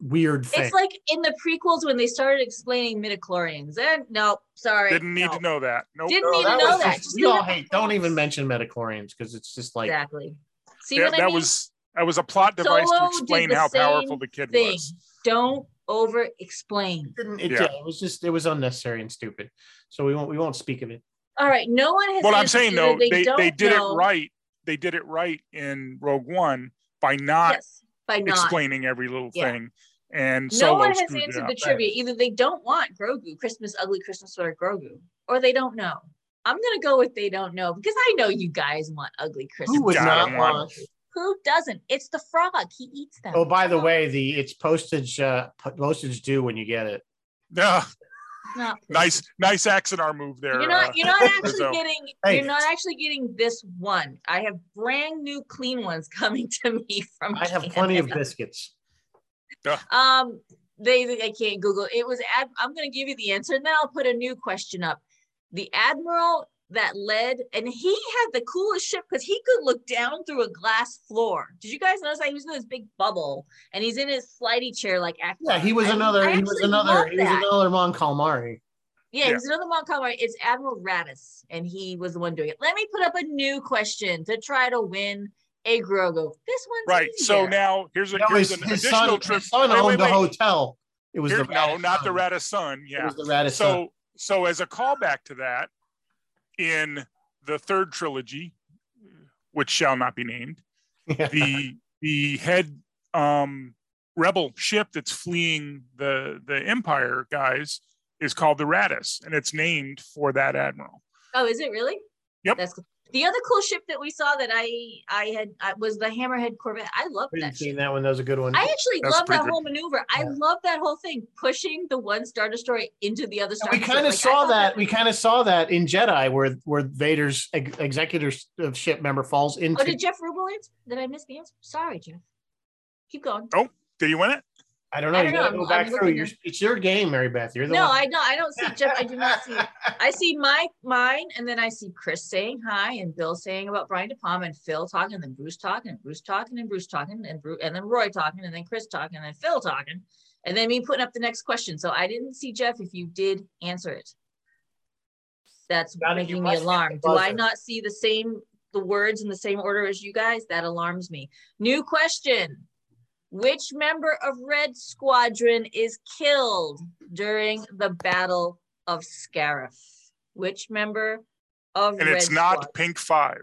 weird thing. It's like in the prequels when they started explaining midichlorians. And no, sorry. Didn't need no. to know that. Nope. Didn't No, need to Oh, was know that. just- Just we leave all it hate. Don't even mention metachlorians because it's just like Exactly. See that what I that mean? was that was a plot device to Solo did explain the how same powerful the kid thing. was. Don't over explain. didn't. It, Yeah. yeah, it was just it was unnecessary and stupid. So we won't we won't speak of it. All right. No one has. Well, I'm answers saying either. though, they they, don't did know- it right. They did it right in Rogue One by not Yes, by not. explaining every little Yeah. thing. And no Solo one has screwed it answered up. the trivia. Either they don't want Grogu, Christmas ugly Christmas sweater Grogu, or they don't know. I'm gonna go with they don't know because I know you guys want ugly Christmas. Who would gotta not want want? Who doesn't? It's the frog. He eats them. Oh, by the way, the it's postage uh, po- postage due when you get it. Yeah, Not nice, nice Axonar move there. You're uh, not. You're not actually Rizzo. getting. Hey. You're not actually getting this one. I have brand new clean ones coming to me from. I have Canada. plenty of biscuits. Um, they. I can't Google. It was. Ad, I'm going to give you the answer, and then I'll put a new question up. The admiral that led, and he had the coolest ship because he could look down through a glass floor. Did you guys notice that he was in this big bubble, and he's in his slidey chair like acting. Yeah, he was another. he was another. He was another Mon Calamari. Yeah, Yeah. he's another Mon Calamari. It's Admiral Radis, and he was the one doing it. Let me put up a new question to try to win a Grogu. This one's Right. So easier. now here's, a, That here's was an his additional son. trip. His son Wait, owned wait, the wait. hotel. It was Here- the no, not the Radisson. Rata son. It Yeah. was the Radisson. So so as a callback to that, in the third trilogy, which shall not be named, Yeah. the the head um, rebel ship that's fleeing the the Empire guys is called the Radis, and it's named for that admiral. oh, is it really? Yep. That's cool. the other cool ship that we saw that I I had I, was the Hammerhead Corvette. I love I that didn't see ship. that one. That was a good one. I actually That's love pretty that good. whole maneuver. I Yeah. love that whole thing, pushing the one Star Destroyer into the other Star we Destroyer. kind of Like, I saw thought that. was- We kind of saw that in Jedi, where where Vader's ex- executor of ship member falls into. oh, did Jeff Rubel answer? Did I miss the answer? Sorry, Jeff. Keep going. Did you win it? I don't know. I you don't gotta know, go I'm- back I'm through. looking Your, at- it's your game, Mary Beth. You're the No, one. I don't. I don't see Jeff. I do not see. I see my mine, and then I see Chris saying hi, and Bill saying about Brian DePalma, and Phil talking, and then Bruce talking, and Bruce talking, and Bruce talking, and Bruce, and then Roy talking, and then Chris talking, and then Phil talking, and then me putting up the next question. So I didn't see Jeff. If you did answer it, that's Johnny, you making me must hit the alarmed. Do I buzzer. not see the same the words in the same order as you guys? That alarms me. New question. Which member of Red Squadron is killed during the Battle of Scarif? Which member of And Red it's not Squadron? Pink Five.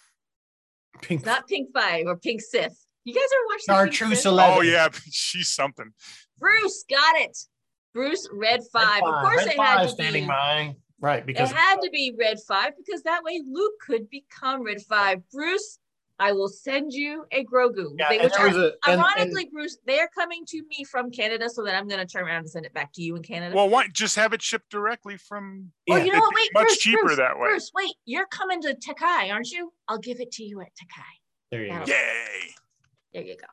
Pink. not Pink Five or Pink Sith. You guys are watching Pink Chartreuse Sith? eleven. Oh yeah, she's something. Bruce got it. Bruce Red Red Five. Of course Red it had five to standing be. by. Right, It because had to be Red Five because that way Luke could become Red Five. Bruce, I will send you a Grogu. yeah, They- and which there are- was a, and- and- ironically, Bruce, they're coming to me from Canada, so that I'm going to turn around and send it back to you in Canada. Well, why just have it shipped directly from? Oh, yeah. you know what? It'd be Wait, much Bruce, cheaper Bruce, that way. Bruce, wait, you're coming to Takai, aren't you? I'll give it to you at Takai. there you go. Yay! There you go.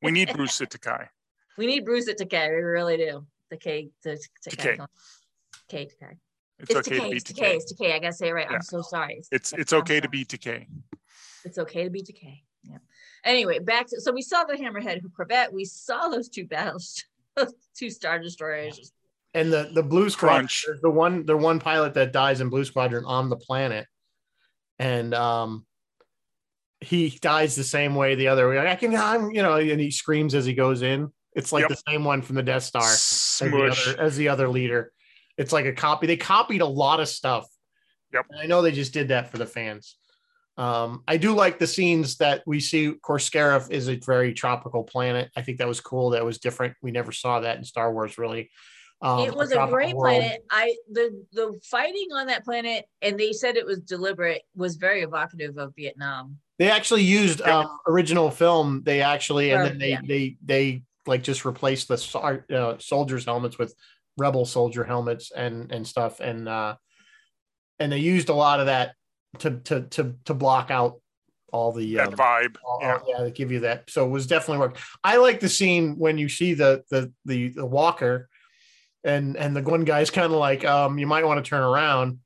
We need Bruce Sitakai. We need Bruce at Takai. We really do. Takai, Takai, Takei. Takai, Takai. It's, It's okay Takai. to be It's Takai. Takei. It's Takai. I gotta say it right. Yeah. I'm so sorry. It's Takai. it's I'm okay to sorry. be Takei. It's okay to be Takei. Yeah. Anyway, back to so we saw the Hammerhead Corvette. We saw those two battles, those two Star Destroyers. And the the Blue Squadron, Crunch. there's the one the one pilot that dies in Blue Squadron on the planet, and um, he dies the same way the other way. I can, I'm, you know, and he screams as he goes in. It's like Yep. the same one from the Death Star. as the, Smush. other, as the other leader. It's like a copy. They copied a lot of stuff. Yep. And I know they just did that for the fans. Um, I do like the scenes that we see. Of course, Scarif is a very tropical planet. I think that was cool. That was different. We never saw that in Star Wars, really. Um, it was a tropical great world. planet. I the the fighting on that planet, and they said it was deliberate, was very evocative of Vietnam. They actually used Yeah. um, original film. They actually and Oh, then they yeah. they they like just replaced the so- uh, soldiers helmets with rebel soldier helmets and and stuff and uh and they used a lot of that to to to to block out all the that um, vibe. all- Yeah. all- yeah. they give you that. So it was definitely work. I like the scene when you see the the the, the walker and and the one guy's kind of like um you might want to turn around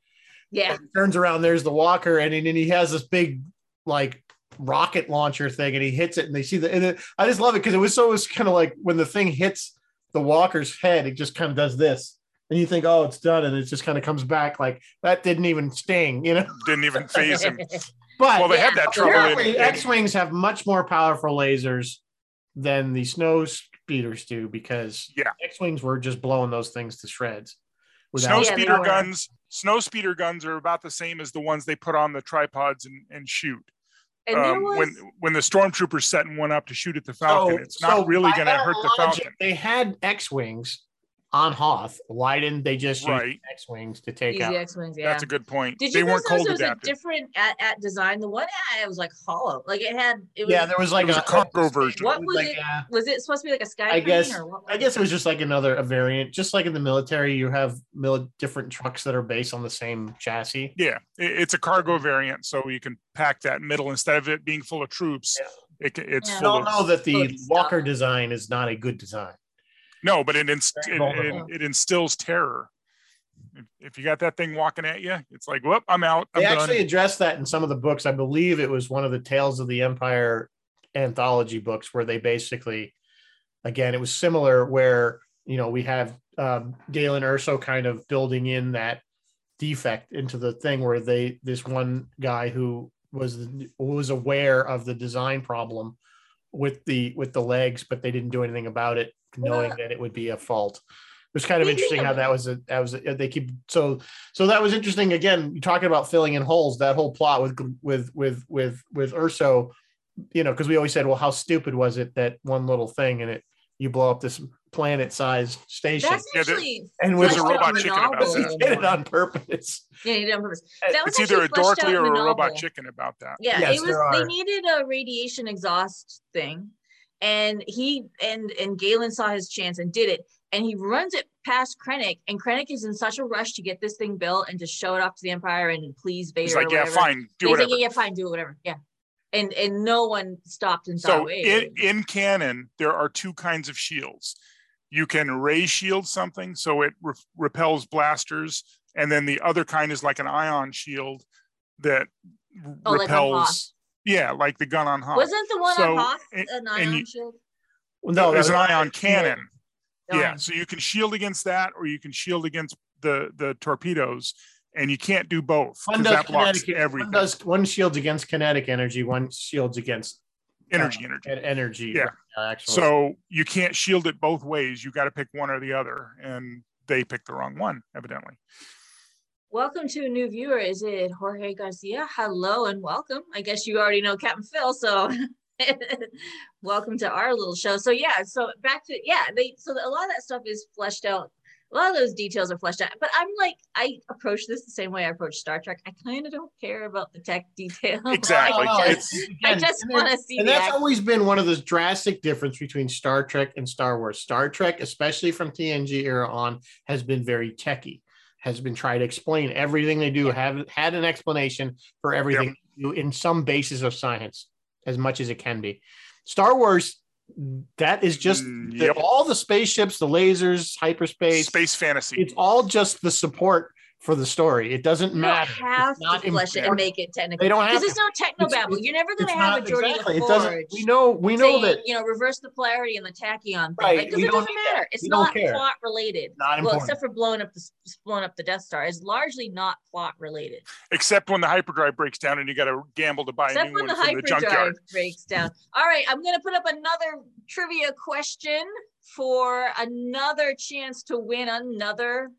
Yeah. and he turns around, there's the walker, and then he has this big like rocket launcher thing, and he hits it, and they see the. And it, I just love it because it was so it's kind of like when the thing hits the walker's head, it just kind of does this, and you think, oh, it's done, and it just kind of comes back like that didn't even sting, you know. Didn't even phase him. But Well, they had Yeah. that trouble in, apparently, in X wings have much more powerful lasers than the snow speeders do because Yeah. X wings were just blowing those things to shreds. snow Without, Yeah, they speeder were. guns. Snow speeder guns are about the same as the ones they put on the tripods and, and shoot. And there Um, was when when the stormtroopers setting one up to shoot at the Falcon, it's not so really by going to that hurt the logic, Falcon, They had X wings on Hoth. Why didn't they just use right? X wings to take Easy out? X-Wings, yeah. That's a good point. Did they you guys weren't notice cold it was like adapted. different at, at design? The one at it was like hollow. Like it had it was Yeah, there was like It was a cargo version. What was like, it? yeah. was it supposed to be like a sky I guess- or what was I guess it was just like another a variant, just like in the military, you have mil- different trucks that are based on the same chassis. Yeah, it, it's a cargo variant, so you can pack that middle instead of it being full of troops. It, ca- it's Yeah. I full don't of know that the Good stuff. Walker design is not a good design. no, but it, inst- Very it, it, vulnerable. it instills terror. If, if you got that thing walking at you, it's like, whoop, I'm out. I'm They done. actually addressed that in some of the books. I believe it was one of the Tales of the Empire anthology books where they basically, again, it was similar where, you know, we have um, Galen Urso kind of building in that defect into the thing where they, this one guy who was, who was aware of the design problem with the, with the legs, but they didn't do anything about it knowing Well- that it would be a fault. It was kind of Speaking interesting how of- that was a, that was a, they keep so so that was interesting. Again, you talking about filling in holes. That whole plot with with with with with Urso, you know, because we always said, well, how stupid was it that one little thing and it you blow up this planet-sized station That's Yeah, there- actually and There's with a fleshed out robot in the chicken about novel he that. did it more. on purpose. Yeah, he did it on purpose. Uh, That was it's either a actually fleshed out dorkly in or the a robot novel. chicken about that. Yeah, Yes, it was. there are. They needed a radiation exhaust thing, and he and and Galen saw his chance and did it. And he runs it past Krennic, and Krennic is in such a rush to get this thing built and to show it off to the Empire and to please Vader. He's or like, yeah, whatever." fine, do He's like, whatever. yeah, yeah, fine, do it, whatever. Yeah, and and no one stopped and thought, So wait, in, in canon, there are two kinds of shields. You can ray shield something, so it re- repels blasters, and then the other kind is like an ion shield that r- Oh, like on repels. yeah, like the gun on Hoth. wasn't the one So, on Hoth and- an ion you- shield? Well, no, that there's was- an ion cannon. No. Yeah, so you can shield against that, or you can shield against the the torpedoes, and you can't do both One because does, that blocks kinetic, everything. one does one shields against kinetic energy, one shields against energy, energy. en- energy. Yeah. actually. So you can't shield it both ways. You got to pick one or the other, and they picked the wrong one, evidently. Welcome to a new viewer. Is it Jorge Garcia? Hello and welcome. I guess you already know Captain Phil, so welcome to our little show. So yeah, so back to yeah, they so a lot of that stuff is fleshed out. A lot of those details are fleshed out. But I'm like, I approach this the same way I approach Star Trek. I kind of don't care about the tech detail. Exactly. Oh, I just, it's- I again, just and want to see and the that's act- always been one of the drastic difference between Star Trek and Star Wars. Star Trek, especially from TNG era on, has been very techy. Has been trying to explain everything they do. Have had an explanation for everything they do in some basis of science, as much as it can be. Star Wars, that is just Mm, the- yep. all the spaceships, the lasers, hyperspace. space fantasy. It's all just the support for the story. It doesn't you matter. don't have It's not to flesh it and important. make it technical. They don't have Because it's no techno babble. it's- You're never going It's to have not- a Journey exactly. to It the doesn't. Forge. We know. We know saying, that you know reverse the polarity and the tachyon thing. Right, Like, 'cause we it don't doesn't need that. matter. It's We don't not care. plot related. not Well, important. except for blowing up the s- blowing up the Death Star, it's largely not plot related. Except when the hyperdrive breaks down and you got to gamble to buy a Except new when one the from the hyperdrive junkyard. breaks down. All right, I'm gonna put up another trivia question for another chance to win another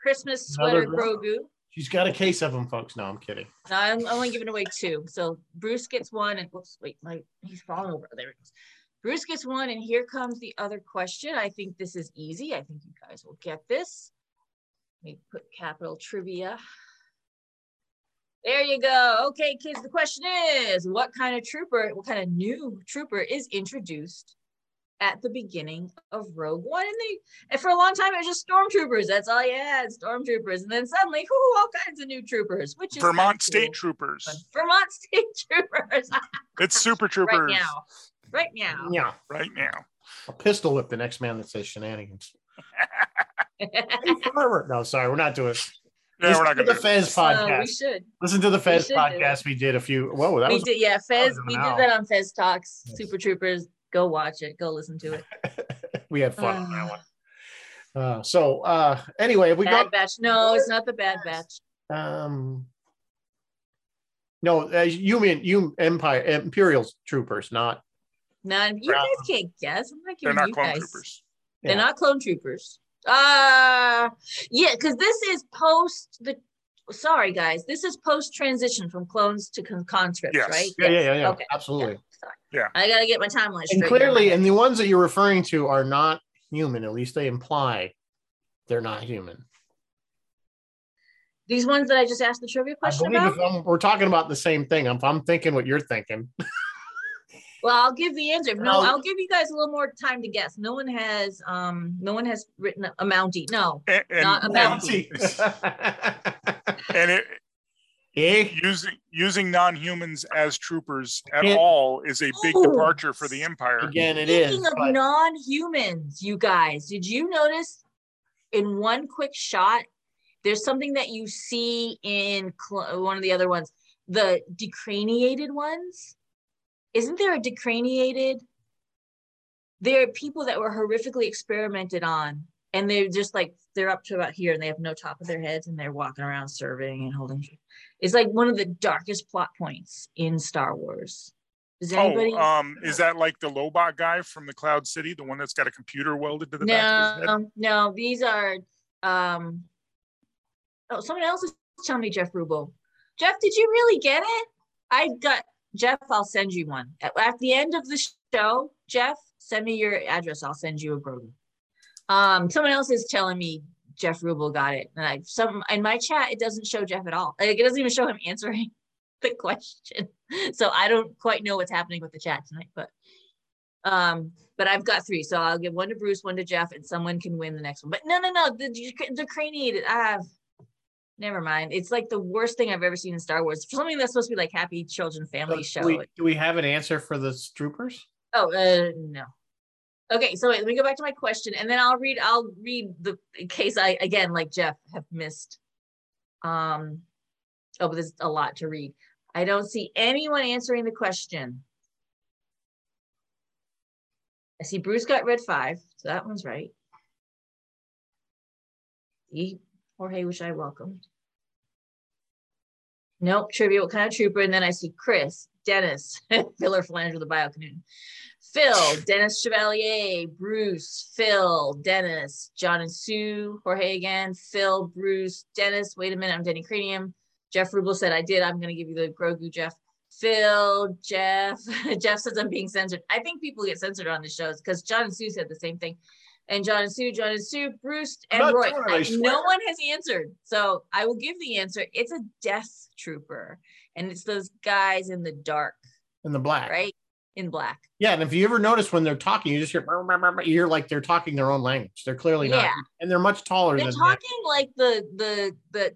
Christmas Another sweater Grogu. Grogu. She's got a case of them, folks. No, I'm kidding. No, I'm I'm only giving away two. So Bruce gets one, and whoops, wait, my he's falling over. There it goes. Bruce gets one, and here comes the other question. I think this is easy. I think you guys will get this. Let me put capital trivia. There you go. Okay, kids, the question is what kind of trooper, what kind of new trooper is introduced at the beginning of Rogue One? And they, and for a long time, it was just stormtroopers. That's all you had, stormtroopers. And then suddenly, whoo, all kinds of new troopers, which is Vermont kinda State cool. Troopers. Vermont State Troopers It's Super Troopers right now. Right now. Yeah. right now. I'll pistol whip the next man that says shenanigans. Forever. No, sorry, we're not doing it. Yeah, we're Listen not going to. to the Fez so podcast. we should. Listen to the Fez should do it. podcast we did a few. Whoa, that we was did, yeah. Fez, an we did hour. that on Fez Talks, Yes. Super Troopers. Go watch it. Go listen to it. Ah, we had fun on that one. Uh, so uh, anyway, we Bad got Batch. No, it's not the Bad Batch. um. No, uh, you mean you Empire Imperial's troopers, not None. You Yeah. guys can't guess. I'm not They're giving not you clone guys. troopers. They're Yeah. not clone troopers. Uh yeah, because this is post the. Sorry, guys. This is post transition from clones to con- conscripts, Yes. right? yeah, yeah, yeah, yeah Okay. absolutely. I gotta get my timeline straight. and clearly, and the ones that you're referring to are not human. At least they imply they're not human. these ones that I just asked the trivia I question believe about. if I'm, we're talking about the same thing. If I'm thinking what you're thinking, Well, I'll give the answer. If No, I'll- I'll give you guys a little more time to guess. No one has, um, no one has written a Mountie. No, And, Not and, about- and, Bounty. and it, Eh? using using non-humans as troopers at Yeah. all is a big Ooh. departure for the empire. Again, it is. Speaking of but- non-humans, you guys, did you notice in one quick shot there's something that you see in cl- one of the other ones, the decraniated ones? Isn't there a decraniated? There are people that were horrifically experimented on, and they're just like they're up to about here, and they have no top of their heads, and they're walking around surveying and holding. It's like one of the darkest plot points in Star Wars. Does anybody? Oh, uh, um, is that like the Lobot guy from the Cloud City, the one that's got a computer welded to the back of his head? No, no, these are um oh someone else is telling me Jeff Rubel. Jeff, did you really get it? I got Jeff, I'll send you one. At, at the end of the show, Jeff, send me your address. I'll send you a burger. Um, someone else is telling me Jeff Rubel got it. And I some in my chat, it doesn't show Jeff at all. Like it doesn't even show him answering the question. So I don't quite know what's happening with the chat tonight, but um, but I've got three, so I'll give one to Bruce, one to Jeff, and someone can win the next one. But no, no, no, the the- the craniated. Ah, never mind. It's like the worst thing I've ever seen in Star Wars. For something that's supposed to be like happy children family So show. do, we, do we have an answer for the troopers? Oh uh, no. Okay, so wait, let me go back to my question, and then I'll read. I'll read the in case I again, like Jeff, have missed. Um, oh, but there's a lot to read. I don't see anyone answering the question. I see Bruce got red five, so that one's right. E Jorge, which I welcomed. Nope, trivia. What kind of trooper? And then I see Chris, Dennis, Filler Flanger, the Biocanoon. Phil, Dennis Chevalier, Bruce, Phil, Dennis, John and Sue, Jorge again, Phil, Bruce, Dennis. Wait a minute, I'm Denny Cranium. Jeff Rubel said I did. I'm going to give you the Grogu, Jeff. Phil, Jeff. Jeff says I'm being censored. I think people get censored on the shows because John and Sue said the same thing. And John and Sue, John and Sue, Bruce, I'm and not Roy. doing it, I I- swear. no one has answered. So I will give the answer. It's a death trooper. And it's those guys in the dark, In the black. right? In black. Yeah, and if you ever notice when they're talking, you just hear "Brr, brr, brr, brr," you hear like they're talking their own language. They're clearly not, Yeah. and they're much taller They're than talking like the the the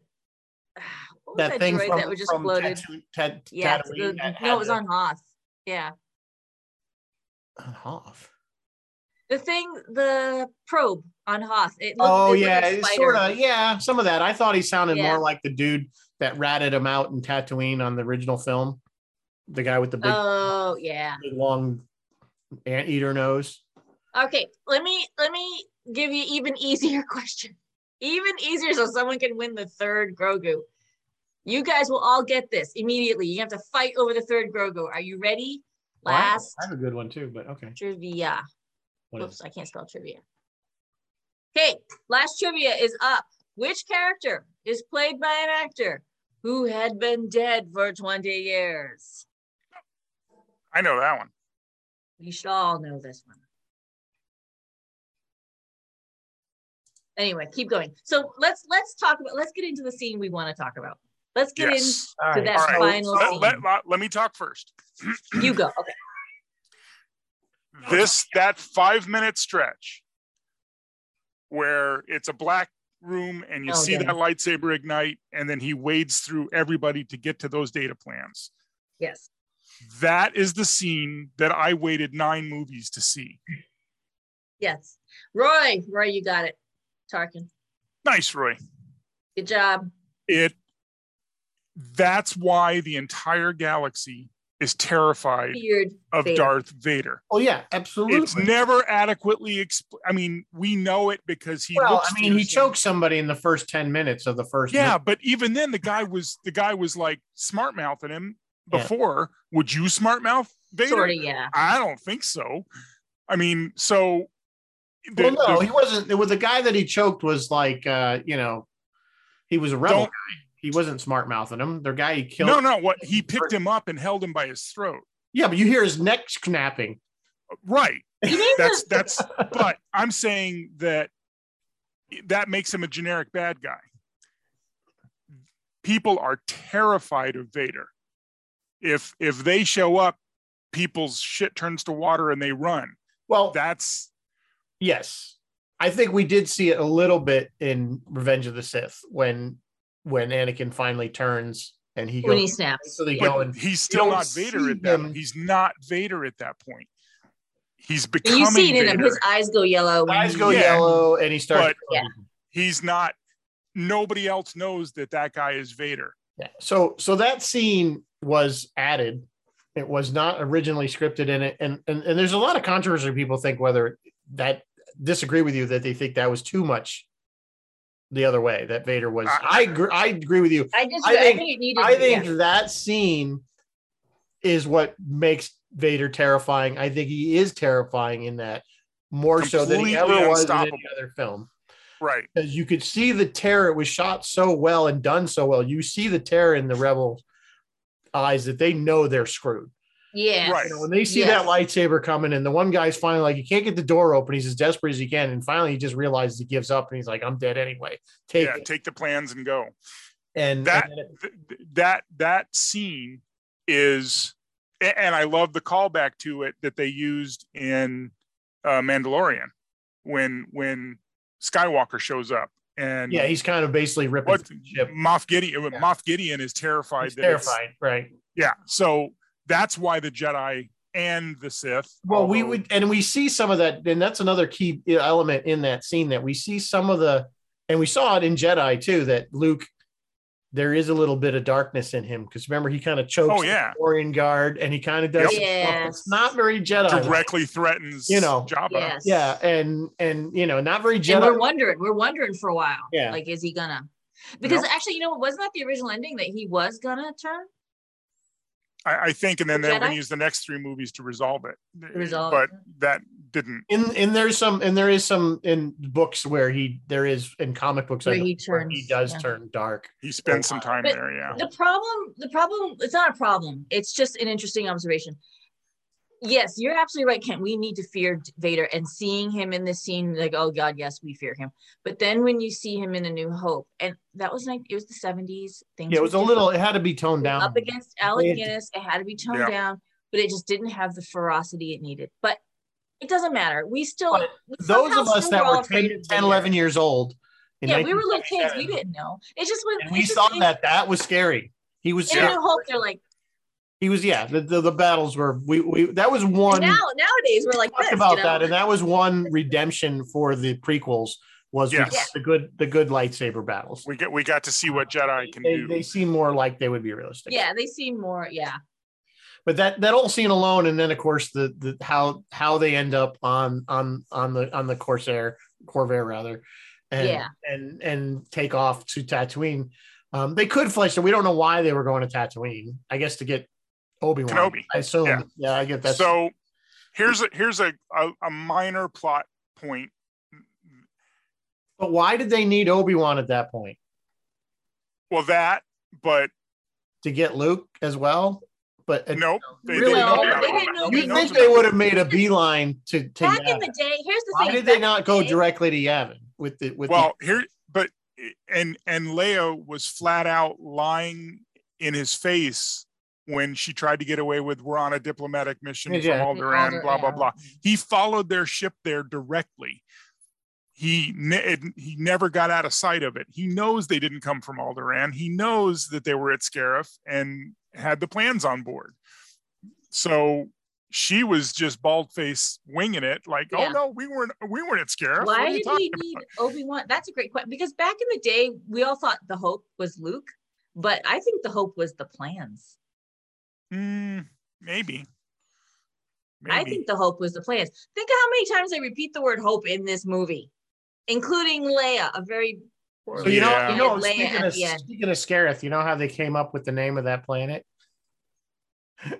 what was that, that, that thing droid from, that was just from floated? Tatoo- Tat- yeah, Tatooine the- that had no, it was the- on Hoth. Yeah, on Hoth. the thing, the probe on Hoth. It looked, Oh it looked yeah, like a it's spider. sort of yeah, some of that. I thought he sounded Yeah. more like the dude that ratted him out in Tatooine on the original film, the guy with the big, Oh yeah. big long anteater nose. Okay, let me let me give you even easier question. Even easier so someone can win the third Grogu. You guys will all get this immediately. You have to fight over the third Grogu. Are you ready? Well, I have- Last I have a good one too, but okay. trivia. What is Oops, I can't spell trivia. Okay, last trivia is up. Which character is played by an actor who had been dead for 20 years? I know that one. You should all know this one. Anyway, keep going. So let's let's talk about let's get into the scene we want to talk about. Let's get Yes. All into right. that All right. final Let, scene. let- let- let me talk first. you go. Okay. This, that five minute stretch where it's a black room and you Oh, see yeah. that lightsaber ignite, and then he wades through everybody to get to those data plans. Yes. That is the scene that I waited nine movies to see. Yes. Roy, Roy, you got it. Tarkin. Nice, Roy. Good job. It that's why the entire galaxy is terrified Beard. of Vader. Darth Vader. Oh yeah, absolutely. It's never adequately expl- I mean, we know it because he well, looks I mean, he fearsome. choked somebody in the first ten minutes of the first. Yeah, movie. but even then the guy was the guy was like smart mouthing him Yeah. before. Would you smart mouth Vader? Sort of, yeah. I don't think so. I mean, so the- well, no, the- he wasn't. It was the guy that he choked was like, uh, you know, he was a rebel. Don't- guy. He wasn't smart mouthing him. The guy he killed. no, no, what he picked him up and held him by his throat. Yeah, but you hear his neck snapping. Right. You need that's that's but i'm saying that that makes him a generic bad guy people are terrified of vader if if they show up people's shit turns to water and they run Well, that's yes, I think we did see it a little bit in Revenge of the Sith when when Anakin finally turns and he to, when he goes. snaps. So they Yeah. go and he's you still don't not vader see at that him. he's not vader at that point he's And becoming you see it in him. vader His eyes go yellow. when eyes he- go Yeah. yellow and he starts. But- Yeah. he's not nobody else knows that that guy is vader Yeah. So so that scene was added. It was not originally scripted in it, and and, and there's a lot of controversy. People think whether that disagree with you that they think that was too much. The other way that Vader was. I I agree, I agree with you. I just, I I think- think, it needed. I think yeah. that scene is what makes Vader terrifying. I think he is terrifying in that more so than he Completely ever was in any unstoppable. other film right because you could see the terror. It was shot so well and done so well. You see the terror in the rebel eyes that they know they're screwed. Yes. Right. You know, when they see Yes. that lightsaber coming, and the one guy's finally like, he can't get the door open. He's as desperate as he can, and finally he just realizes he gives up, and he's like, "I'm dead anyway. Take yeah it." take the plans and go And That- and then it- th- th- that that scene is a- and i love the callback to it that they used in uh, mandalorian when when skywalker shows up and yeah, he's kind of basically ripping what through the ship. moff gideon Yeah. moff gideon is terrified He's that it's- terrified, right? yeah so that's why the jedi and the sith Well, we although- would, and we see some of that, and that's another key element in that scene that we see some of the, and we saw it in Jedi too that Luke, there is a little bit of darkness in him because remember he kind of chokes oh yeah the Orion guard and he kind of does some stuff that's Yes. not very Jedi, directly threatens Uh, You know, jabba Yes. yeah, and and you know not very And Jedi. we're wondering. We're wondering for a while. Yeah. Like, is he gonna? Because actually, you know, wasn't that the original ending that he was gonna turn? I, I think and then The they're going Jedi? to use the next three movies to resolve it Resolve but it. that didn't And and there's some and there is some in books where he there is in comic books I Where he believe, where turns, he does yeah. turn dark. he Oh, spent some time But- there yeah The problem, the problem, it's not a problem. It's just an interesting observation. Yes, you're absolutely right, Kent. We need to fear Vader and seeing him in this scene, like, oh God, yes, we fear him. But then when you see him in A New Hope, and that was like, it was the 70s. Things Yeah, it were was a different. little. It had to be toned down. Up against Alec It- Guinness, it had to be toned Yeah. down, but it just didn't have the ferocity it needed. But it doesn't matter. We still, But we Those somehow of us still that all were afraid 10, of 10 Vader. 11 years old. in Yeah, we were little kids. 1977, We didn't know. It just was. And it we just saw made- that. That was scary. He was, In A New Hope, they're like, he was, yeah. The, the, the battles were, we, we, that was one. And now nowadays we're like talked this, you about know? that, and that was one redemption for the prequels. Was Yes. the, the good, the good lightsaber battles. we get we got to see what Jedi can They, do. they seem more like they would be realistic. yeah they seem more yeah but that that whole scene alone, and then of course the the how how they end up on on on the on the Corsair Corvair rather, and Yeah. and and take off to Tatooine. Um, they could flesh it. We don't know why they were going to Tatooine. I guess to get Obi Wan. Kenobi. I assume. Yeah. Yeah. I get that. so here's a here's a, a a minor plot point. but why did they need Obi Wan at that point Well, that, but to get Luke as well? But nope. They, Really? didn't know No, they that. didn't know you Obi-Wan. think they would have made a beeline to take? back in Yavin? the day here's the Why thing did back they in not the go day- directly to Yavin with the with the Well, here, but and and Leo was flat out lying in his face when she tried to get away with we're on a diplomatic mission Yeah. from Alderaan, Alder- blah blah yeah. blah. He followed their ship there directly. He ne- it- he never got out of sight of it. He knows they didn't come from Alderaan. He knows that they were at Scarif and had the plans on board. So she was just bald faced winging it, like, Yeah. oh no, we weren't we weren't at Scarif. What are Why you did talking we about?" need Obi Wan? That's a great question. Because back in the day, we all thought the hope was Luke, but I think the hope was the plans. Mm, maybe. Maybe. I think the hope was the plans. Think of how many times they repeat the word hope in this movie, including Leia, a very So you Yeah. know, you know. Leia Speaking at of, the end. speaking of Scarif, you know how they came up with the name of that planet?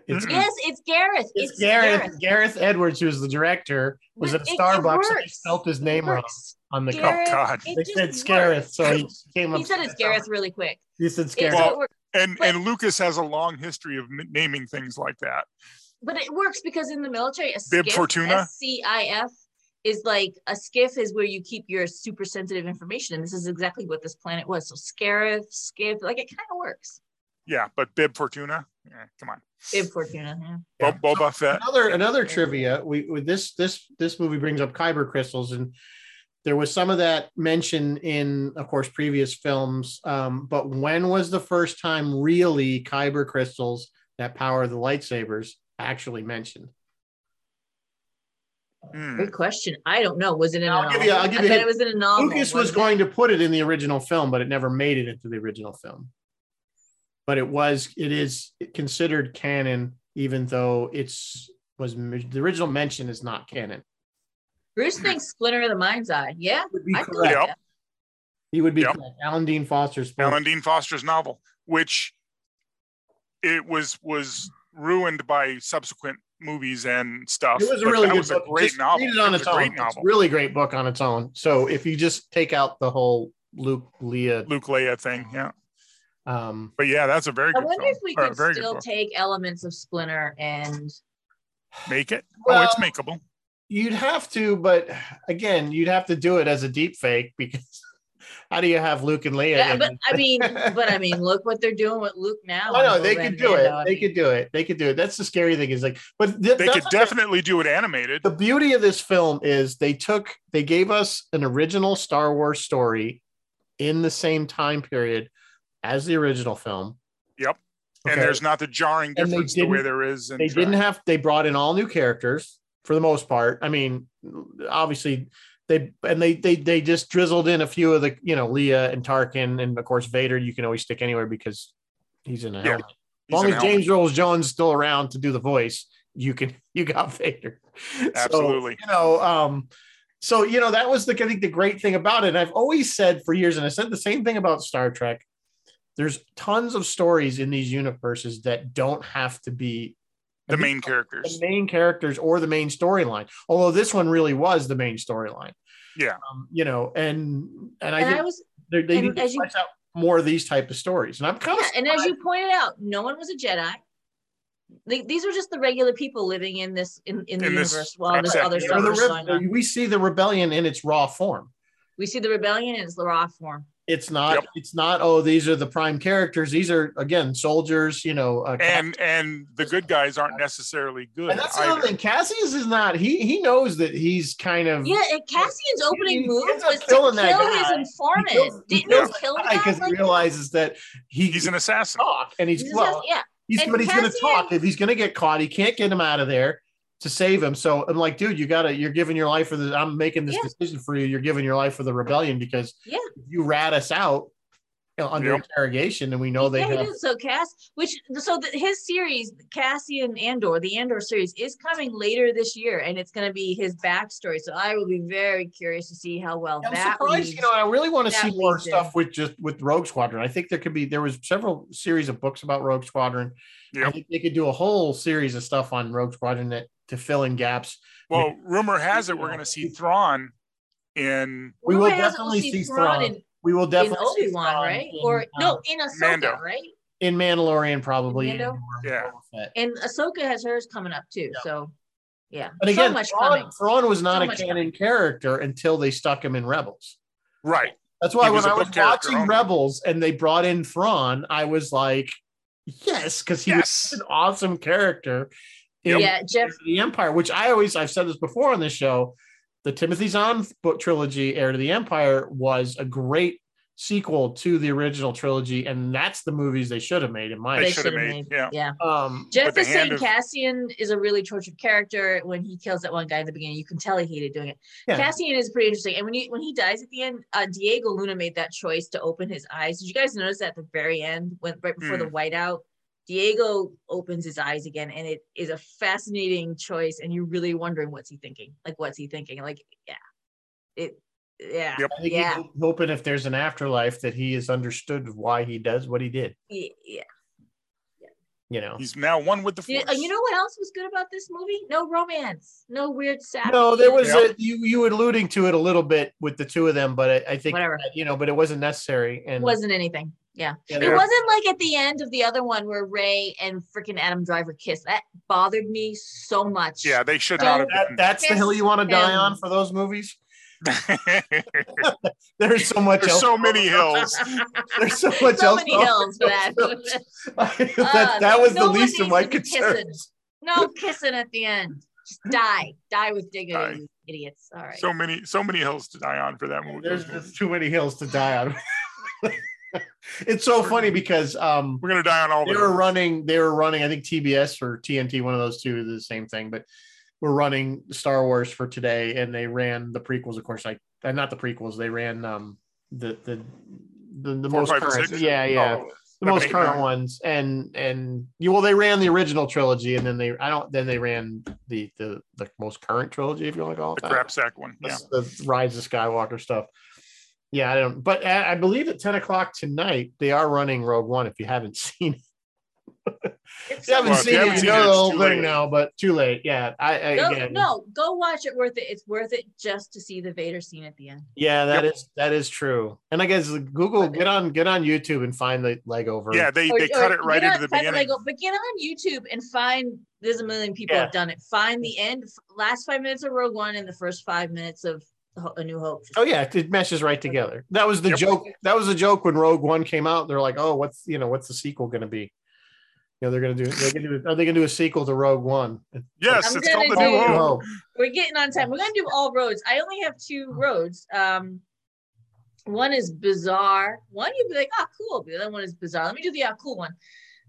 It's, Mm. yes, it's Gareth. it's It's, Gareth. Gareth. Gareth Edwards, who was the director, was But at it- it Starbucks and he works. spelled his It name wrong works. on the cup. Gareth, Oh, God. it They just said works. Scarif, so he came up. He said it's Gareth really quick. He said It, Scarif. so Well- it works. and but- and Lucas has a long history of n- naming things like that. But it works because in the military, a Bib skiff, Fortuna? SCIF, is like a skiff is where you keep your super sensitive information. And this is exactly what this planet was. So Scarif, skiff, like it kind of works. Yeah, but Bib Fortuna, yeah, come on, Bib Fortuna. yeah. Yeah. Bo- Boba Fett. another another trivia. We with this this this movie brings up kyber crystals, and there was some of that mention in, of course, previous films. Um, but when was the first time really kyber crystals that power the lightsabers actually mentioned? Hmm. Good question. I don't know. Was it in a I'll novel? give you- I'll give I you a bet hint. it was in a novel. Lucas Um, was it? going to put it in the original film, but it never made it into the original film. But it was it is considered canon, even though it's was the original mention is not canon. Bruce thinks Splinter of the Mind's Eye. Yeah. Would be I feel correct. Yep. like that. He would be Yep. correct. Alan Dean Foster's Alan Dean Foster's novel, which it was was ruined by subsequent movies and stuff. It was a but really that good was a book. great Just novel. Read it on was its a own. great It's a novel. really great book on its own. So if you just take out the whole Luke Leah, Luke Leia thing, yeah. um, But yeah, that's a very I good. wonder film, if we or a could very good still book. take elements of Splinter and make it. oh, Well- it's makeable. you'd have to, but again, you'd have to do it as a deep fake because how do you have Luke and Leah? Yeah, in- but I mean, but I mean, look what they're doing with Luke now. I know on they Boba could and do Mando. it. I They mean, could do it. They could do it. That's the scary thing is like, but th- They that's could what definitely do it animated. the beauty of this film is they took they gave us an original Star Wars story in the same time period as the original film. Yep. And Okay. there's not the jarring And they difference the way didn't- there is. In they Jack. didn't have they brought in all new characters for the most part i mean obviously they and they they they just drizzled in a few of the you know leah and tarkin and of course vader you can always stick anywhere because he's in a Yeah, helmet He's as an long as elf. james earl jones still around to do the voice you can you got vader So, Absolutely. you know um so you know that was the i think the great thing about it and i've always said for years and i said the same thing about star trek there's tons of stories in these universes that don't have to be the main the characters. main characters or the main storyline. Although this one really was the main storyline. Yeah. Um, you know, and and I and think I was, they, they and need to as you- flesh out more of these type of stories. And I'm kind yeah, of and as you pointed out, no one was a Jedi. Like, These are just the regular people living in this in, in the In this- universe while this exactly. other They Or stuff the is re- going on. we see the rebellion in its raw form. We see the rebellion in its raw form. It's not. Yep. It's not. Oh, these are the prime characters. These are again soldiers. You know, uh, And and the good guys aren't necessarily good. and that's another either. thing. Cassius is not. He he knows that he's kind of. Yeah, and Cassian's opening Um, he move ends up was to kill killing that his guy. informant. He kills- he Didn't he kills kill the guy? because he Like, realizes that he, He's an assassin. talk and he's this is well, how- yeah, he's And but he's going to Cassian- talk if he's going to get caught he can't get him out of there to save him so i'm like dude you gotta you're giving your life for the i'm making this Yeah. decision for you you're giving your life for the rebellion because Yeah. if you rat us out you know, under Yep. interrogation and we know they yeah, have he did. So Cass, which so the, his series, Cassian Andor, the Andor series, is coming later this year, and it's going to be his backstory. So I will be very curious to see how well I'm that. surprised, leads. you know. I really want to that see more leads in. stuff with just with Rogue Squadron. I think there could be there was several series of books about Rogue Squadron. I Yep. think they could do a whole series of stuff on Rogue Squadron that to fill in gaps. Well, rumor has it we're going to see Thrawn in We will Who has- definitely we'll see Thrawn Thrawn. in, We will in definitely see Obi Wan, Thrawn right? in, or um, no, in Ahsoka, Mando. right? in Mandalorian, probably. Mando? and Boba Yeah. Fett. And Ahsoka has hers coming up too. Yeah. So yeah, But again, so much Thrawn, coming. Thrawn was not So a much canon character until they stuck him in Rebels. right. That's why He when was a I was book character watching only. Rebels and they brought in Thrawn, I was like, yes, because he was Yes. such an awesome character in Yeah, Jeff. the Empire, which I always I've said this before on this show. The Timothy Zahn book trilogy, Heir to the Empire, was a great sequel to the original trilogy, and that's the movies they should have made, in my They opinion. should have made, yeah. Um, Jeff But the is hand saying of- Cassian is a really tortured character. When he kills that one guy in the beginning, you can tell he hated doing it. Yeah. Cassian is pretty interesting. And when he when he dies at the end, uh, Diego Luna made that choice to open his eyes. Did you guys notice at the very end, when right before the whiteout, Diego opens his eyes again, and it is a fascinating choice. And you're really wondering what's he thinking? Like what's he thinking? Like yeah, it yeah Yep. I think Yeah. he's hoping if there's an afterlife that he has understood why he does what he did. y- yeah. uh, You know, He's now one with the You force. you know what else was good about this movie? No romance, no weird sap. no, there was Yeah. a, you you were alluding to it a little bit with the two of them, but I, I think Whatever. you know, but it wasn't necessary. And wasn't anything. Yeah. you It know, wasn't like at the end of the other one where Ray and freaking Adam Driver kiss. That bothered me so much. yeah, they should Don't- not that, have that's the hill you want to die Yes, on for those movies. been. There's so much. There's else. so many hills. There's so much so else. many hills for that. that, that was the no one least of needs my to be concerns. no kissing at the end. Just die. Die with dignity, Die. you idiots. All right. So many, so many hills to die on for that movie. There's just too many hills to die on. it's so funny because um, We're gonna die on all they the. were running they were running i think tbs or tnt one of those two is the same thing but we're running star wars for today and they ran the prequels of course like uh, not the prequels they ran um the the the, the Four, most five, and current six? yeah yeah Oh, the most seven, eight, current nine. ones and and you well they ran the original trilogy and then they i don't then they ran the the, the most current trilogy if you want to call it the that crap sack one. Yeah. That's the rise of skywalker stuff yeah i don't but uh, I, I believe at 10 o'clock tonight they are running rogue one if you haven't seen if It's you haven't Well, if you seen haven't it, you seen know it, the it's whole too thing late. now, but too late. Yeah, I, I Go, again, no, go watch it. Worth it. It's worth it just to see the Vader scene at the end. yeah, that is Yep. that is true. And I guess Google get on get on YouTube and find the leg over. Yeah, they, Or- they or cut it right get on- into the find beginning. Lego, but get on YouTube and find. There's a million people Yeah. have done it. Find the end, last five minutes of Rogue One, and the first five minutes of Ho- A New Hope. Oh yeah, it meshes right together. That was the Yep. joke. That was the joke when Rogue One came out. They're like, oh, what's you know what's the sequel going to be? You know they're going to do. They're gonna do are they going to do a sequel to Rogue One? Yes, I'm it's gonna called the do- new Oh, hope. We're getting on time. We're gonna do all roads. I only have two roads. Um, one is bizarre. One you'd be like, ah, cool. The other one is bizarre. Let me do the ah, cool one.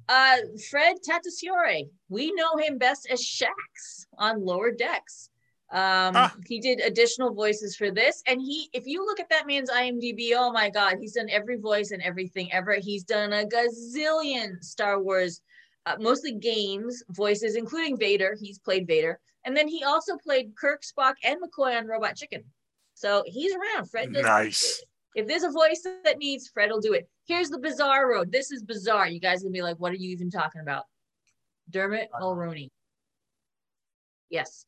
Uh, Fred Tatasciore. We know him best as Shax on Lower Decks. Um, Ah. he did additional voices for this, and he. If you look at that man's IMDb, oh my God, he's done every voice and everything ever. He's done a gazillion Star Wars, uh, mostly games voices, including Vader. He's played Vader. And then he also played Kirk, Spock, and McCoy on Robot Chicken. So he's around. Fred does. Nice. If there's a voice that needs, Fred will do it. Here's the bizarre road. This is bizarre. You guys gonna be like, what are you even talking about? Dermot Uh-huh. Mulroney. Yes.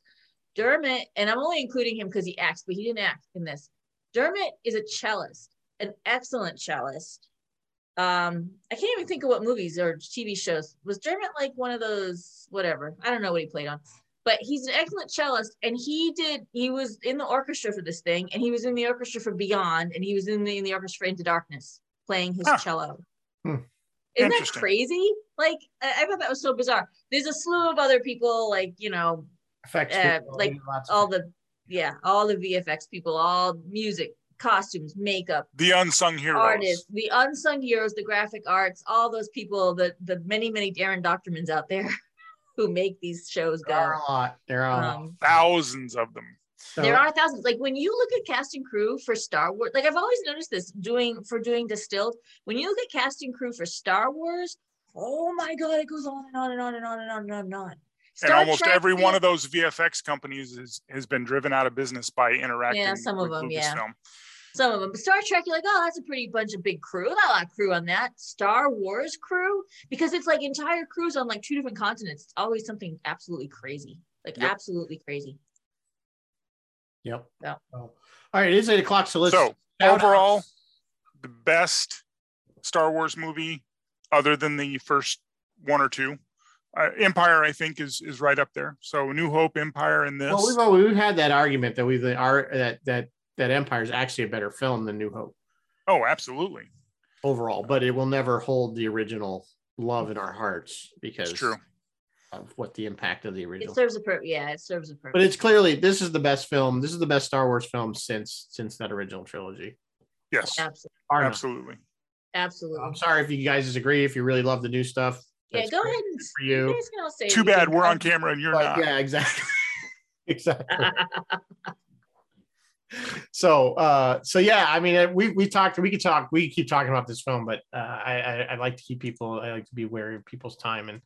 Dermot, and I'm only including him because he acts, but he didn't act in this. Dermot is a cellist, an excellent cellist. Um, I can't even think of what movies or TV shows. Was Dermot like one of those, whatever? I don't know what he played on but he's an excellent cellist and he did he was in the orchestra for this thing and he was in the orchestra for beyond and he was in the, in the orchestra for into darkness playing his Huh. cello Hmm. isn't that Interesting. crazy like I, I thought that was so bizarre there's a slew of other people like you know effects. Uh, people, like, lots of- all the yeah all the vfx people all music costumes makeup The unsung heroes. artists the unsung heroes the graphic arts all those people the the many many darren doctormans out there who make these shows there are go a lot. There are. a lot. um, Thousands of them. So- there are thousands. Like when you look at cast and crew for Star Wars, like I've always noticed this doing for doing distilled. When you look at cast and crew for Star Wars, oh my god, it goes on and on and on and on and on and on and on. And Star almost Trek every one is- of those VFX companies is, has been driven out of business by interacting Yeah, some of with them, yeah. Lucasfilm. some of them. But Star Trek, you're like, oh, that's a pretty bunch of big crew. Not a lot of crew on that. Star Wars crew, because it's like entire crews on like two different continents. It's always something absolutely crazy. Like Yep. absolutely crazy. Yep. Yeah. So, All right, it is eight o'clock. So let's So shout overall, outs. the best Star Wars movie, other than the first one or two. Uh, Empire, I think, is is right up there. So New Hope, Empire, and this. Well, we've always, we've had that argument that we the our that that that Empire is actually a better film than New Hope. Oh, absolutely. overall, but it will never hold the original love in our hearts because It's true. of what the impact of the It original. serves a purpose. Yeah, it serves a purpose. But it's clearly this is the best film. This is the best Star Wars film since since that original trilogy. Yes, absolutely, Or not. absolutely. absolutely. I'm sorry if you guys disagree. If you really love the new stuff, Yeah, that's go great ahead and for you you. guys can all say. Too what you bad think. we're on camera and you're But not. yeah, exactly, exactly. so uh so yeah i mean we we talked we could talk we keep talking about this film but uh I, I i like to keep people i like to be wary of people's time and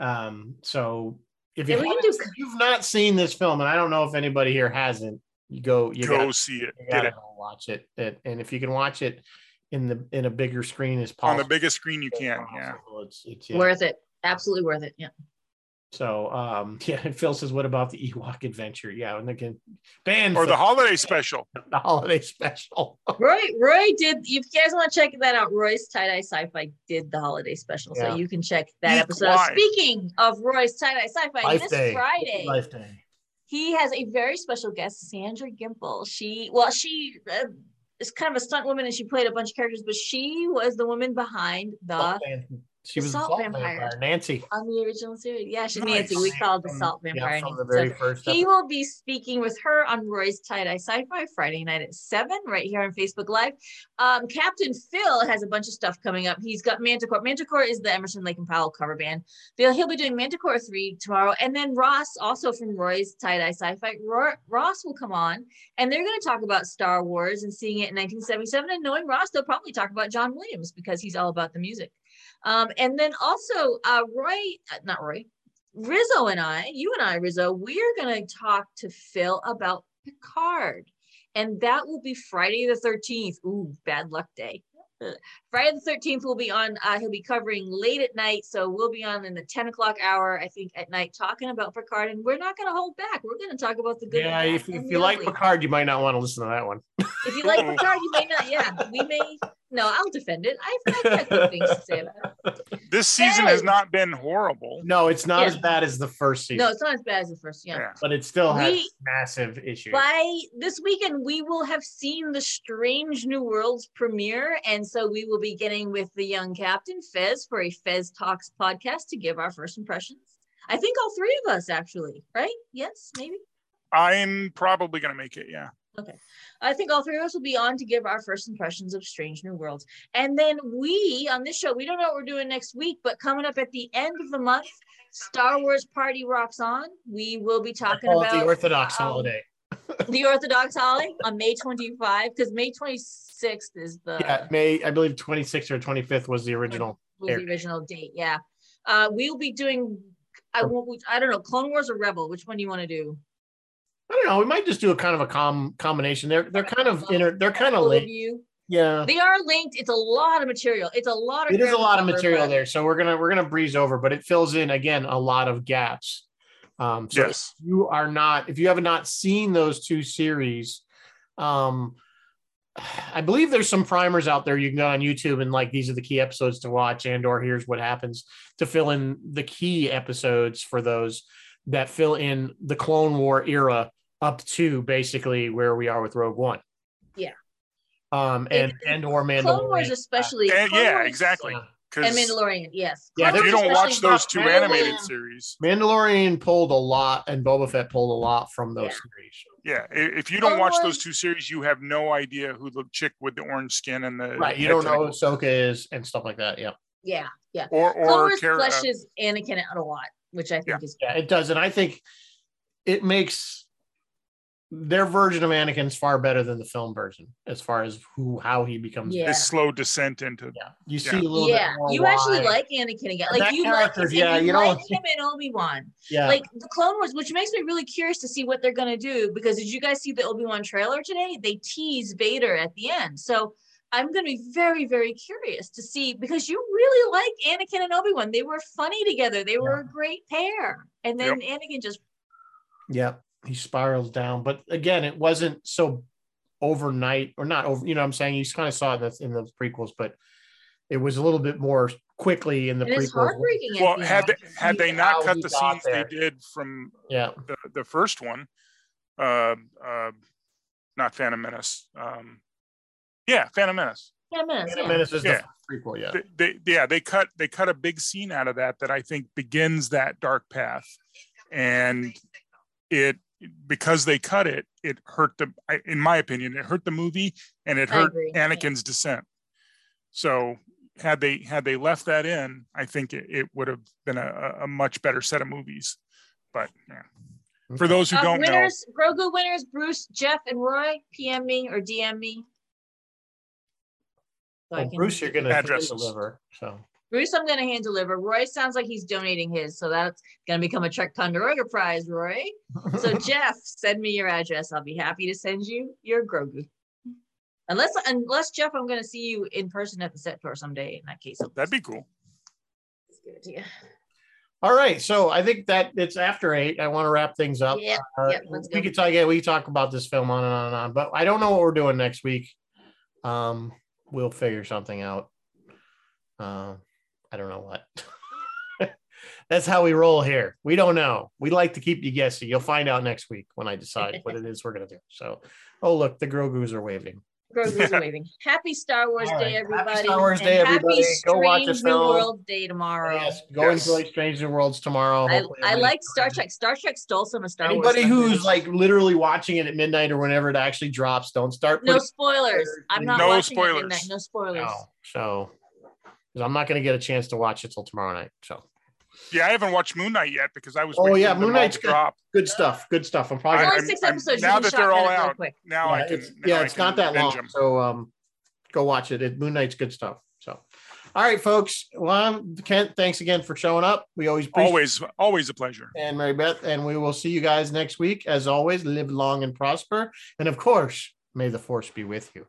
um so if, you Yeah, we can haven't- do- if you've not seen this film and i don't know if anybody here hasn't you go you Go gotta, see it. you Get gotta it go watch it. it and if you can watch it in the in a bigger screen as on possible the biggest screen you can. Yeah. it's, it's yeah. Worth it. Absolutely worth it. Yeah. so um yeah and phil says what about the ewok adventure yeah and again banned Or the film, holiday special. the holiday special Roy, Roy did. If you guys want to check that out, Roy's Tie Dye Sci Fi did the holiday special, Yeah. so you can check that Geek episode. Wise. Speaking of Roy's Tie Dye Sci Fi, Life this Day. Friday life day he has a very special guest, Sandra Gimple. She, well, she uh, is kind of a stunt woman, and she played a bunch of characters, but she was the woman behind Oh. the she was Salt a salt vampire. vampire. Nancy. on the original series. Yeah, she's Nice. Nancy. We called the From- Salt Vampire. Yeah, from the Nancy. very first. So he episode. will be speaking with her on Roy's Tie Dye Sci Fi Friday night at seven, right here on Facebook Live. Um, Captain Phil has a bunch of stuff coming up. He's got Manticore. Manticore is the Emerson Lake and Powell cover band. Phil, he'll be doing Manticore three tomorrow, and then Ross, also from Roy's Tie Dye Sci Fi, Ro- Ross will come on, and they're going to talk about Star Wars and seeing it in 1977. And knowing Ross, they'll probably talk about John Williams because he's all about the music. Um, and then also uh, Roy, uh, not Roy, Rizzo and I, you and I, Rizzo, we're going to talk to Phil about Picard. And that will be Friday the 13th. Ooh, bad luck day. Ugh. Friday the 13th will be on, uh, he'll be covering late at night. So we'll be on in the 10 o'clock hour, I think, at night talking about Picard. And we're not going to hold back. We're going to talk about the good. the yeah, bad, if, and if the you like ugly. Picard, you might not want to listen to that one. If you like Picard, you may not. Yeah, we may. No, I'll defend it. I've I've got good things to say about it. This season has Hey. not been horrible. No, it's not Yeah. as bad as the first season, No, it's not as bad as the first. Yeah. Yeah. but it still has We- massive issues. By this weekend, we will have seen the Strange New Worlds premiere. And so we will be getting with the young captain, Fez, for a Fez Talks podcast to give our first impressions. I think all three of us, actually, right? Yes, maybe. I'm probably going to make it. Yeah. I think all three of us will be on to give our first impressions of Strange New Worlds. And then we on this show, we don't know what we're doing next week, but coming up at the end of the month, Star Wars Party Rocks On. We will be I talking call it about the Orthodox um, holiday. the Orthodox holiday on May 25, because May 26th is the, yeah, May I believe 26th or 25th was the original. was the Eric. original date. Yeah. Uh, we'll be doing, I, won't, I don't know, Clone Wars or Rebel. Which one do you want to do? I don't know. We might just do a kind of a com combination. They're they're kind of inter. They're kind of Both linked. you. Yeah, They are linked. It's a lot of material. It's a lot of it is a ground lot of to cover, material but- there, so we're gonna we're gonna breeze over, but it fills in again a lot of gaps. Um, so Yes. you are not if you have not seen those two series um i believe there's some primers out there you can go on youtube and like these are the key episodes to watch and or here's what happens to fill in the key episodes for those that fill in the clone war era up to basically where we are with rogue one Yeah. um and It- and or Clone Wars, mandalorian especially. And, Clone yeah, Wars exactly. And Because if Mandalorian, yes. Yeah, Clone they're you Wars don't especially watch those brought two back- animated series, mandalorian pulled a lot and boba fett pulled a lot from those Yeah. series yeah, i- if you don't watch Clone those Wars- two series, you have no idea who the chick with the orange skin and the right you head don't know who tentacles- Ahsoka is and stuff like that yeah Yeah, yeah. or Clone or Wars Cara- uh, fleshes Anakin out a lot, which I think Yeah. is Yeah, it does. And I think it makes their version of Anakin's far better than the film version as far as who how he becomes. Yeah. uh, this slow descent into Yeah. You Yeah. see a little yeah, bit more. you why. actually like Anakin again. But Like that you like character, him, yeah, yeah, you, you like don't- him in Obi Wan. yeah. Like the Clone Wars, which makes me really curious to see what they're gonna do. Because did you guys see the Obi Wan trailer today? They tease Vader at the end, so I'm gonna be very, very curious to see because you really like Anakin and Obi Wan. They were funny together. They were a great pair, and then Anakin just yeah. He spirals down. But again, it wasn't so overnight or not over, you know what I'm saying? You kind of saw this in the prequels, but it was a little bit more quickly in the it is prequels. heartbreaking. at well the had end. they, had they how not cut he the got scenes there. they did from Yeah. the, the first one uh, uh, not Phantom Menace um, Yeah, Phantom Menace. Ten minutes. Phantom yeah. Menace is Yeah. the prequel, yeah. They, they, yeah, they cut they cut a big scene out of that that I think begins that dark path, and it because they cut it, it hurt the I- in my opinion, it hurt the movie and it I hurt agree, yeah. Anakin's descent. So had they had they left that in, I think it, it would have been a, a- a much better set of movies. But yeah. for those who Uh, don't know, winners, Grogu winners, Bruce, Jeff, and Roy, PM me or DM me. So I Well, can- Bruce, you're gonna Addresses. deliver. So Bruce, I'm going to hand deliver. Roy sounds like he's donating his, so that's going to become a Trek Ponderoga prize, Roy. So Jeff, send me your address. I'll be happy to send you your Grogu. Unless, unless Jeff, I'm going to see you in person at the set tour someday. In that case, I'll that'd be cool. good idea. all right. So I think that it's after eight. I want to wrap things up. Yeah, Uh, yeah, let's we go. could talk yeah, we could talk about this film on and on and on, but I don't know what we're doing next week. Um, we'll figure something out. Um, I don't know what. That's how we roll here. We don't know. We like to keep you guessing. You'll find out next week when I decide what it is we're gonna do. So, oh look, the Grogu's are waving. Grogu's waving. Happy Star Wars All Day, right. Happy everybody! Star Wars Day, and everybody. Happy Go watch a Strange New film. World Day tomorrow. Yes, go Yes. enjoy Strange New Worlds tomorrow. I, Hopefully I everybody- like Star Trek. Star Trek stole some of Star Wars. Anybody who's thunder. like literally watching it at midnight or whenever it actually drops, don't start. no putting- spoilers. I'm not No watching spoilers. It midnight. No spoilers. No. So, because I'm not going to get a chance to watch it till tomorrow night. So, Yeah, I haven't watched Moon Knight yet because I was. Oh, waiting yeah, for them Moon all Knight's to good. drop. Good stuff. Good stuff. I'm I- probably. There's gonna- only I'm- six I'm- episodes. you now can that shot they're all at it real out, quick. Now I yeah, can. it's, now yeah, I it's can not that long. binge 'em. So, um, go watch it. it. Moon Knight's good stuff. So, all right, folks. Well, I'm- Kent, thanks again for showing up. We always appreciate Always, always a pleasure. and Mary Beth, and we will see you guys next week. As always, live long and prosper. And of course, may the force be with you.